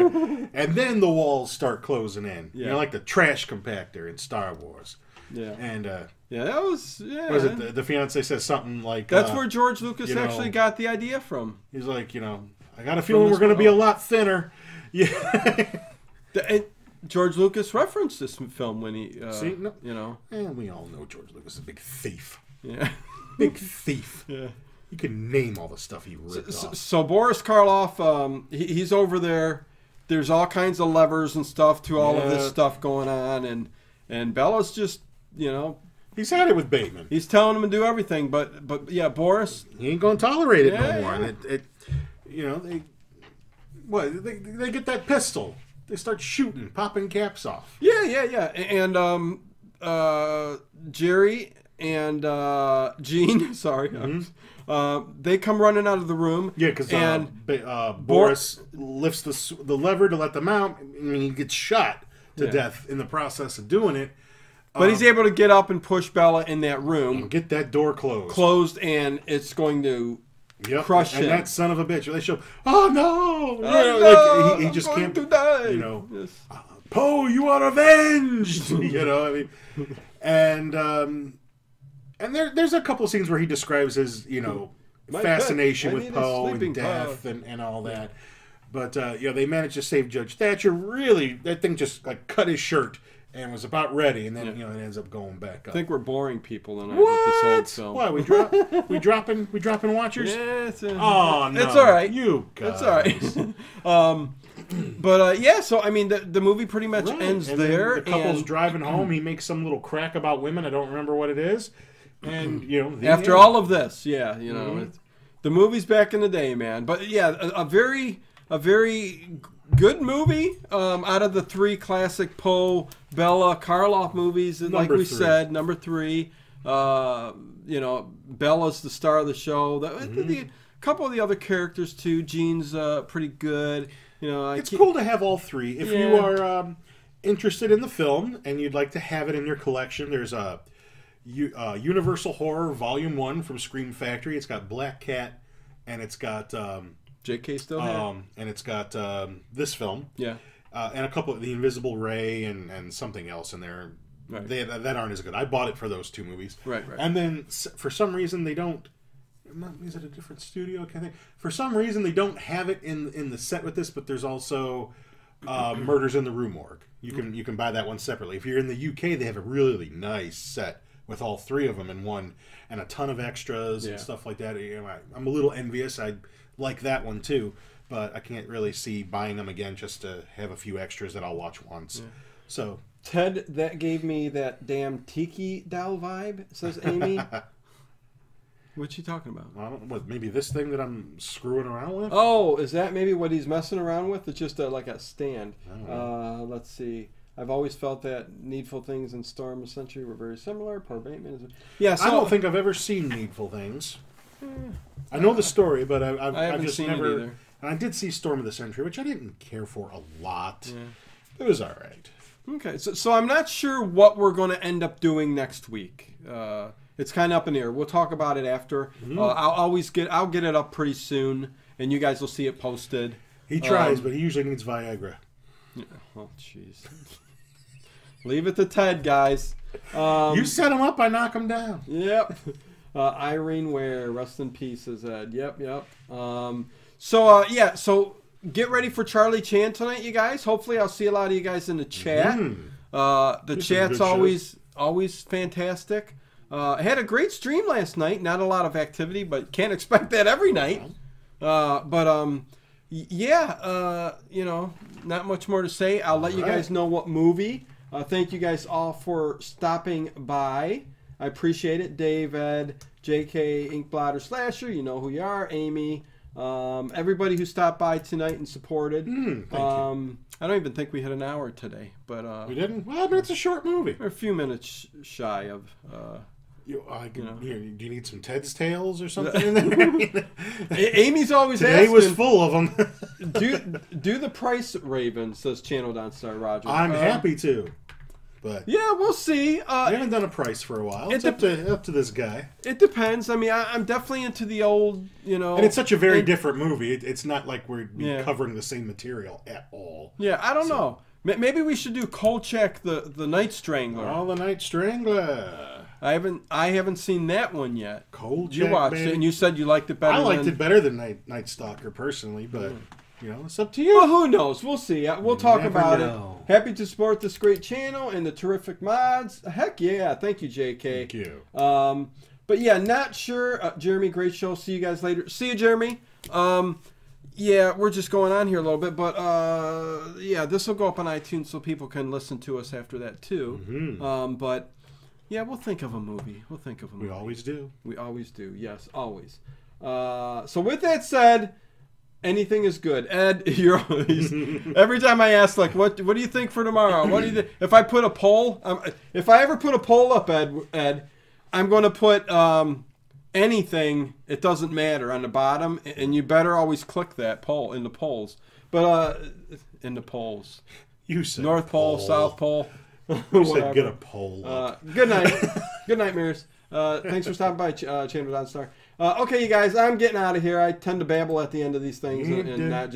Speaker 1: and then the walls start closing in. You
Speaker 3: Yeah.
Speaker 1: know, like the trash compactor in Star Wars.
Speaker 3: Yeah.
Speaker 1: And uh
Speaker 3: Yeah, that was yeah.
Speaker 1: was it the, the fiance says something like
Speaker 3: That's
Speaker 1: uh,
Speaker 3: where George Lucas
Speaker 1: you know-
Speaker 3: actually got the idea from.
Speaker 1: he's like, you know, I got a feeling
Speaker 3: From
Speaker 1: we're
Speaker 3: this
Speaker 1: gonna be a
Speaker 3: world.
Speaker 1: lot thinner. Yeah.
Speaker 3: The- and George Lucas referenced this film when he, uh,
Speaker 1: See, no-
Speaker 3: you know,
Speaker 1: and we all know George Lucas is a big thief.
Speaker 3: yeah,
Speaker 1: Big thief.
Speaker 3: yeah.
Speaker 1: You can name all the stuff he ripped
Speaker 3: So,
Speaker 1: off.
Speaker 3: so Boris Karloff, um, he, he's over there. There's all kinds of levers and stuff to all of this
Speaker 1: Yeah.
Speaker 3: stuff going on, and and Bella's just, you know,
Speaker 1: He's had it with Bateman.
Speaker 3: he's telling him to do everything, but but yeah, Boris,
Speaker 1: He ain't gonna tolerate it
Speaker 3: Yeah,
Speaker 1: no more. And
Speaker 3: yeah.
Speaker 1: it, it, you know, they what they, they get that pistol. They start shooting, popping caps off.
Speaker 3: yeah, yeah, yeah, A- and um, uh, Jerry and uh, Gene, sorry, uh, they come running out of the room,
Speaker 1: Mm-hmm. Yeah, because uh,
Speaker 3: and
Speaker 1: Ba- uh, Boris lifts the s- the lever to let them out, and he gets shot to
Speaker 3: Yeah.
Speaker 1: death in the process of doing it.
Speaker 3: But
Speaker 1: um,
Speaker 3: he's able to get up and push Bella in that room,
Speaker 1: Get that door closed.
Speaker 3: closed, and it's going to.
Speaker 1: Yep.
Speaker 3: crush
Speaker 1: and
Speaker 3: him.
Speaker 1: that son of a bitch. They show, oh no,
Speaker 3: Oh,
Speaker 1: You know,
Speaker 3: no,
Speaker 1: like, he, he
Speaker 3: I'm
Speaker 1: just
Speaker 3: going
Speaker 1: can't.
Speaker 3: to die.
Speaker 1: You know,
Speaker 3: Yes.
Speaker 1: Poe, you are avenged. you know, I mean, and um, and there, there's a couple scenes where he describes his, you know,
Speaker 3: My
Speaker 1: fascination
Speaker 3: pet, I
Speaker 1: with
Speaker 3: need a
Speaker 1: Poe and
Speaker 3: sleeping
Speaker 1: death and, and all that. But uh, you know, they managed to save Judge Thatcher. Really, that thing just like cut his shirt and was about ready, and then you know it ends up going back up.
Speaker 3: I think we're boring people tonight with this
Speaker 1: what?
Speaker 3: old film.
Speaker 1: Why we drop? we dropping? We dropping watchers?
Speaker 3: Yeah, it's, uh,
Speaker 1: Oh no!
Speaker 3: it's all right.
Speaker 1: You guys.
Speaker 3: It's all right. um, but uh, yeah, so I mean, the, the movie pretty much
Speaker 1: Right.
Speaker 3: ends
Speaker 1: and then
Speaker 3: there.
Speaker 1: The couple's
Speaker 3: and
Speaker 1: driving home. He makes some little crack about women. I don't remember what it is. And you know, the
Speaker 3: after
Speaker 1: end.
Speaker 3: all of this, yeah, you
Speaker 1: Mm-hmm.
Speaker 3: know, it's, the movie's back in the day, man. But yeah, a, a very, a very good movie um, out of the three classic Poe, Bella, Karloff movies. and like
Speaker 1: Number
Speaker 3: we
Speaker 1: three.
Speaker 3: said, number three. Uh, you know, Bella's the star of the show. The, the-
Speaker 1: Mm-hmm.
Speaker 3: the- a couple of the other characters too. Gene's uh, pretty good. You know, I
Speaker 1: it's
Speaker 3: can't-
Speaker 1: cool to have all three. If you
Speaker 3: Yeah.
Speaker 1: are um, interested in the film and you'd like to have it in your collection, there's a U- uh, Universal Horror Volume One from Scream Factory. It's got Black Cat, and it's got um,
Speaker 3: J.K. still had.
Speaker 1: um, and it's got um, this film,
Speaker 3: yeah.
Speaker 1: uh, and a couple of The Invisible Ray and and something else in there.
Speaker 3: Right.
Speaker 1: They, that aren't as good. I bought it for those two movies.
Speaker 3: Right, right.
Speaker 1: And then s- for some reason they don't. Is it a different studio? Can they? For some reason they don't have it in in the set with this, but there's also uh, Murders in the Rue Morgue. You can you can buy that one separately. If you're in the UK, they have a really nice set with all three of them in one, and a ton of extras
Speaker 3: Yeah.
Speaker 1: and stuff like that. You know, I, I'm a little envious. I like that one too, but I can't really see buying them again just to have a few extras that I'll watch once. So
Speaker 3: Ted, that gave me that damn tiki doll vibe, says Amy. what you talking about?
Speaker 1: I don't know, what, maybe this thing that I'm screwing around with.
Speaker 3: Oh, is that maybe what he's messing around with? It's just a, like a stand. Uh, let's see. I've always felt that needful things in Storm of Century were very similar. Poor Bateman is. Yeah, so
Speaker 1: I don't think I've ever seen Needful Things. I know the story, but I, I've,
Speaker 3: I
Speaker 1: I have
Speaker 3: haven't
Speaker 1: just
Speaker 3: seen it
Speaker 1: never.
Speaker 3: either.
Speaker 1: and I did see Storm of the Century, which I didn't care for a lot. It was all right.
Speaker 3: Okay, so, so I'm not sure what we're going to end up doing next week. Uh, it's kind of up in the air. We'll talk about it after. Uh, I'll always get I'll get it up pretty soon, and you guys will see it posted.
Speaker 1: He tries,
Speaker 3: Um,
Speaker 1: but he usually needs Viagra.
Speaker 3: Oh, jeez. Leave it to Ted, guys. Um,
Speaker 1: you set him up, I knock him down.
Speaker 3: Yep. Uh, Irene Ware, rest in peace, is that. Yep, yep. Um, so, uh, yeah, so get ready for Charlie Chan tonight, you guys. Hopefully, I'll see a lot of you guys in the chat. Uh, the
Speaker 1: Mm-hmm. There's some good
Speaker 3: chat's
Speaker 1: shows.
Speaker 3: always always fantastic. Uh, I had a great stream last night. Not a lot of activity, but can't expect that every night. Uh, but um, y- yeah, uh, you know, not much more to say. I'll let you
Speaker 1: All right.
Speaker 3: guys know what movie. Uh, thank you guys all for stopping by. I appreciate it, Dave, Ed, J.K. Inkblotter Slasher. You know who you are, Amy. Um, everybody who stopped by tonight and supported.
Speaker 1: Mm, thank you.
Speaker 3: um, I don't even think we hit an hour today, but uh,
Speaker 1: We didn't. Well, I mean, it's a short movie.
Speaker 3: we're a few minutes sh- shy of. Uh,
Speaker 1: You, I can,
Speaker 3: Yeah.
Speaker 1: here, do you need some Ted's tales or something in there?
Speaker 3: A- Amy's always
Speaker 1: Today
Speaker 3: asking.
Speaker 1: was full of them.
Speaker 3: do do the price Raven says Channel Don Star Roger.
Speaker 1: I'm
Speaker 3: Um,
Speaker 1: happy to, but
Speaker 3: Yeah, we'll see.
Speaker 1: I
Speaker 3: Uh,
Speaker 1: haven't done a price for a while.
Speaker 3: It
Speaker 1: It's up to up to this guy.
Speaker 3: it depends. I mean, I, I'm definitely into the old, you know.
Speaker 1: And it's such a very
Speaker 3: and-
Speaker 1: different movie. It, it's not like we're be
Speaker 3: Yeah.
Speaker 1: covering the same material at all.
Speaker 3: Yeah, I don't know. Ma- Maybe we should do Kolchak the the Night Strangler.
Speaker 1: All the Night Strangler,
Speaker 3: I haven't I haven't seen that one yet.
Speaker 1: Cold
Speaker 3: You
Speaker 1: Jack,
Speaker 3: watched
Speaker 1: baby.
Speaker 3: it and you said you liked it Hmm. better.
Speaker 1: I liked
Speaker 3: than-
Speaker 1: it better than Night Night Stalker personally, but you know it's up to
Speaker 3: Well,
Speaker 1: you.
Speaker 3: who knows? We'll see. Uh, We'll talk
Speaker 1: never
Speaker 3: about
Speaker 1: know.
Speaker 3: it. Happy to support this great channel and the terrific mods. Heck yeah! Thank you, JK.
Speaker 1: Thank you.
Speaker 3: Um, but yeah, not sure. Uh, Jeremy, great show. See you guys later. See you, Jeremy. Um, yeah, we're just going on here a little bit, but uh, yeah, this will go up on iTunes so people can listen to us after that too. Um, but yeah, we'll think of a movie. We'll think of a
Speaker 1: We
Speaker 3: movie.
Speaker 1: always do.
Speaker 3: We always do. Yes, always. Uh, so with that said, anything is good. Ed, you're always, every time I ask like, what what do you think for tomorrow? What do you think? If I put a poll, um, if I ever put a poll up, Ed, Ed, I'm going to put um, anything. It doesn't matter on the bottom, and you better always click that poll in the polls. But uh, in the polls,
Speaker 1: You said
Speaker 3: North Pole,
Speaker 1: poll.
Speaker 3: South Pole.
Speaker 1: You
Speaker 3: whatever.
Speaker 1: said get a poll.
Speaker 3: Uh,
Speaker 1: up.
Speaker 3: good night. good night, Mirrors. Uh, thanks for stopping by, Ch- uh, Chamber Donstar. Uh, okay, you guys, I'm getting out of here. I tend to babble at the end of these things
Speaker 1: You
Speaker 3: and, and
Speaker 1: do.
Speaker 3: not just.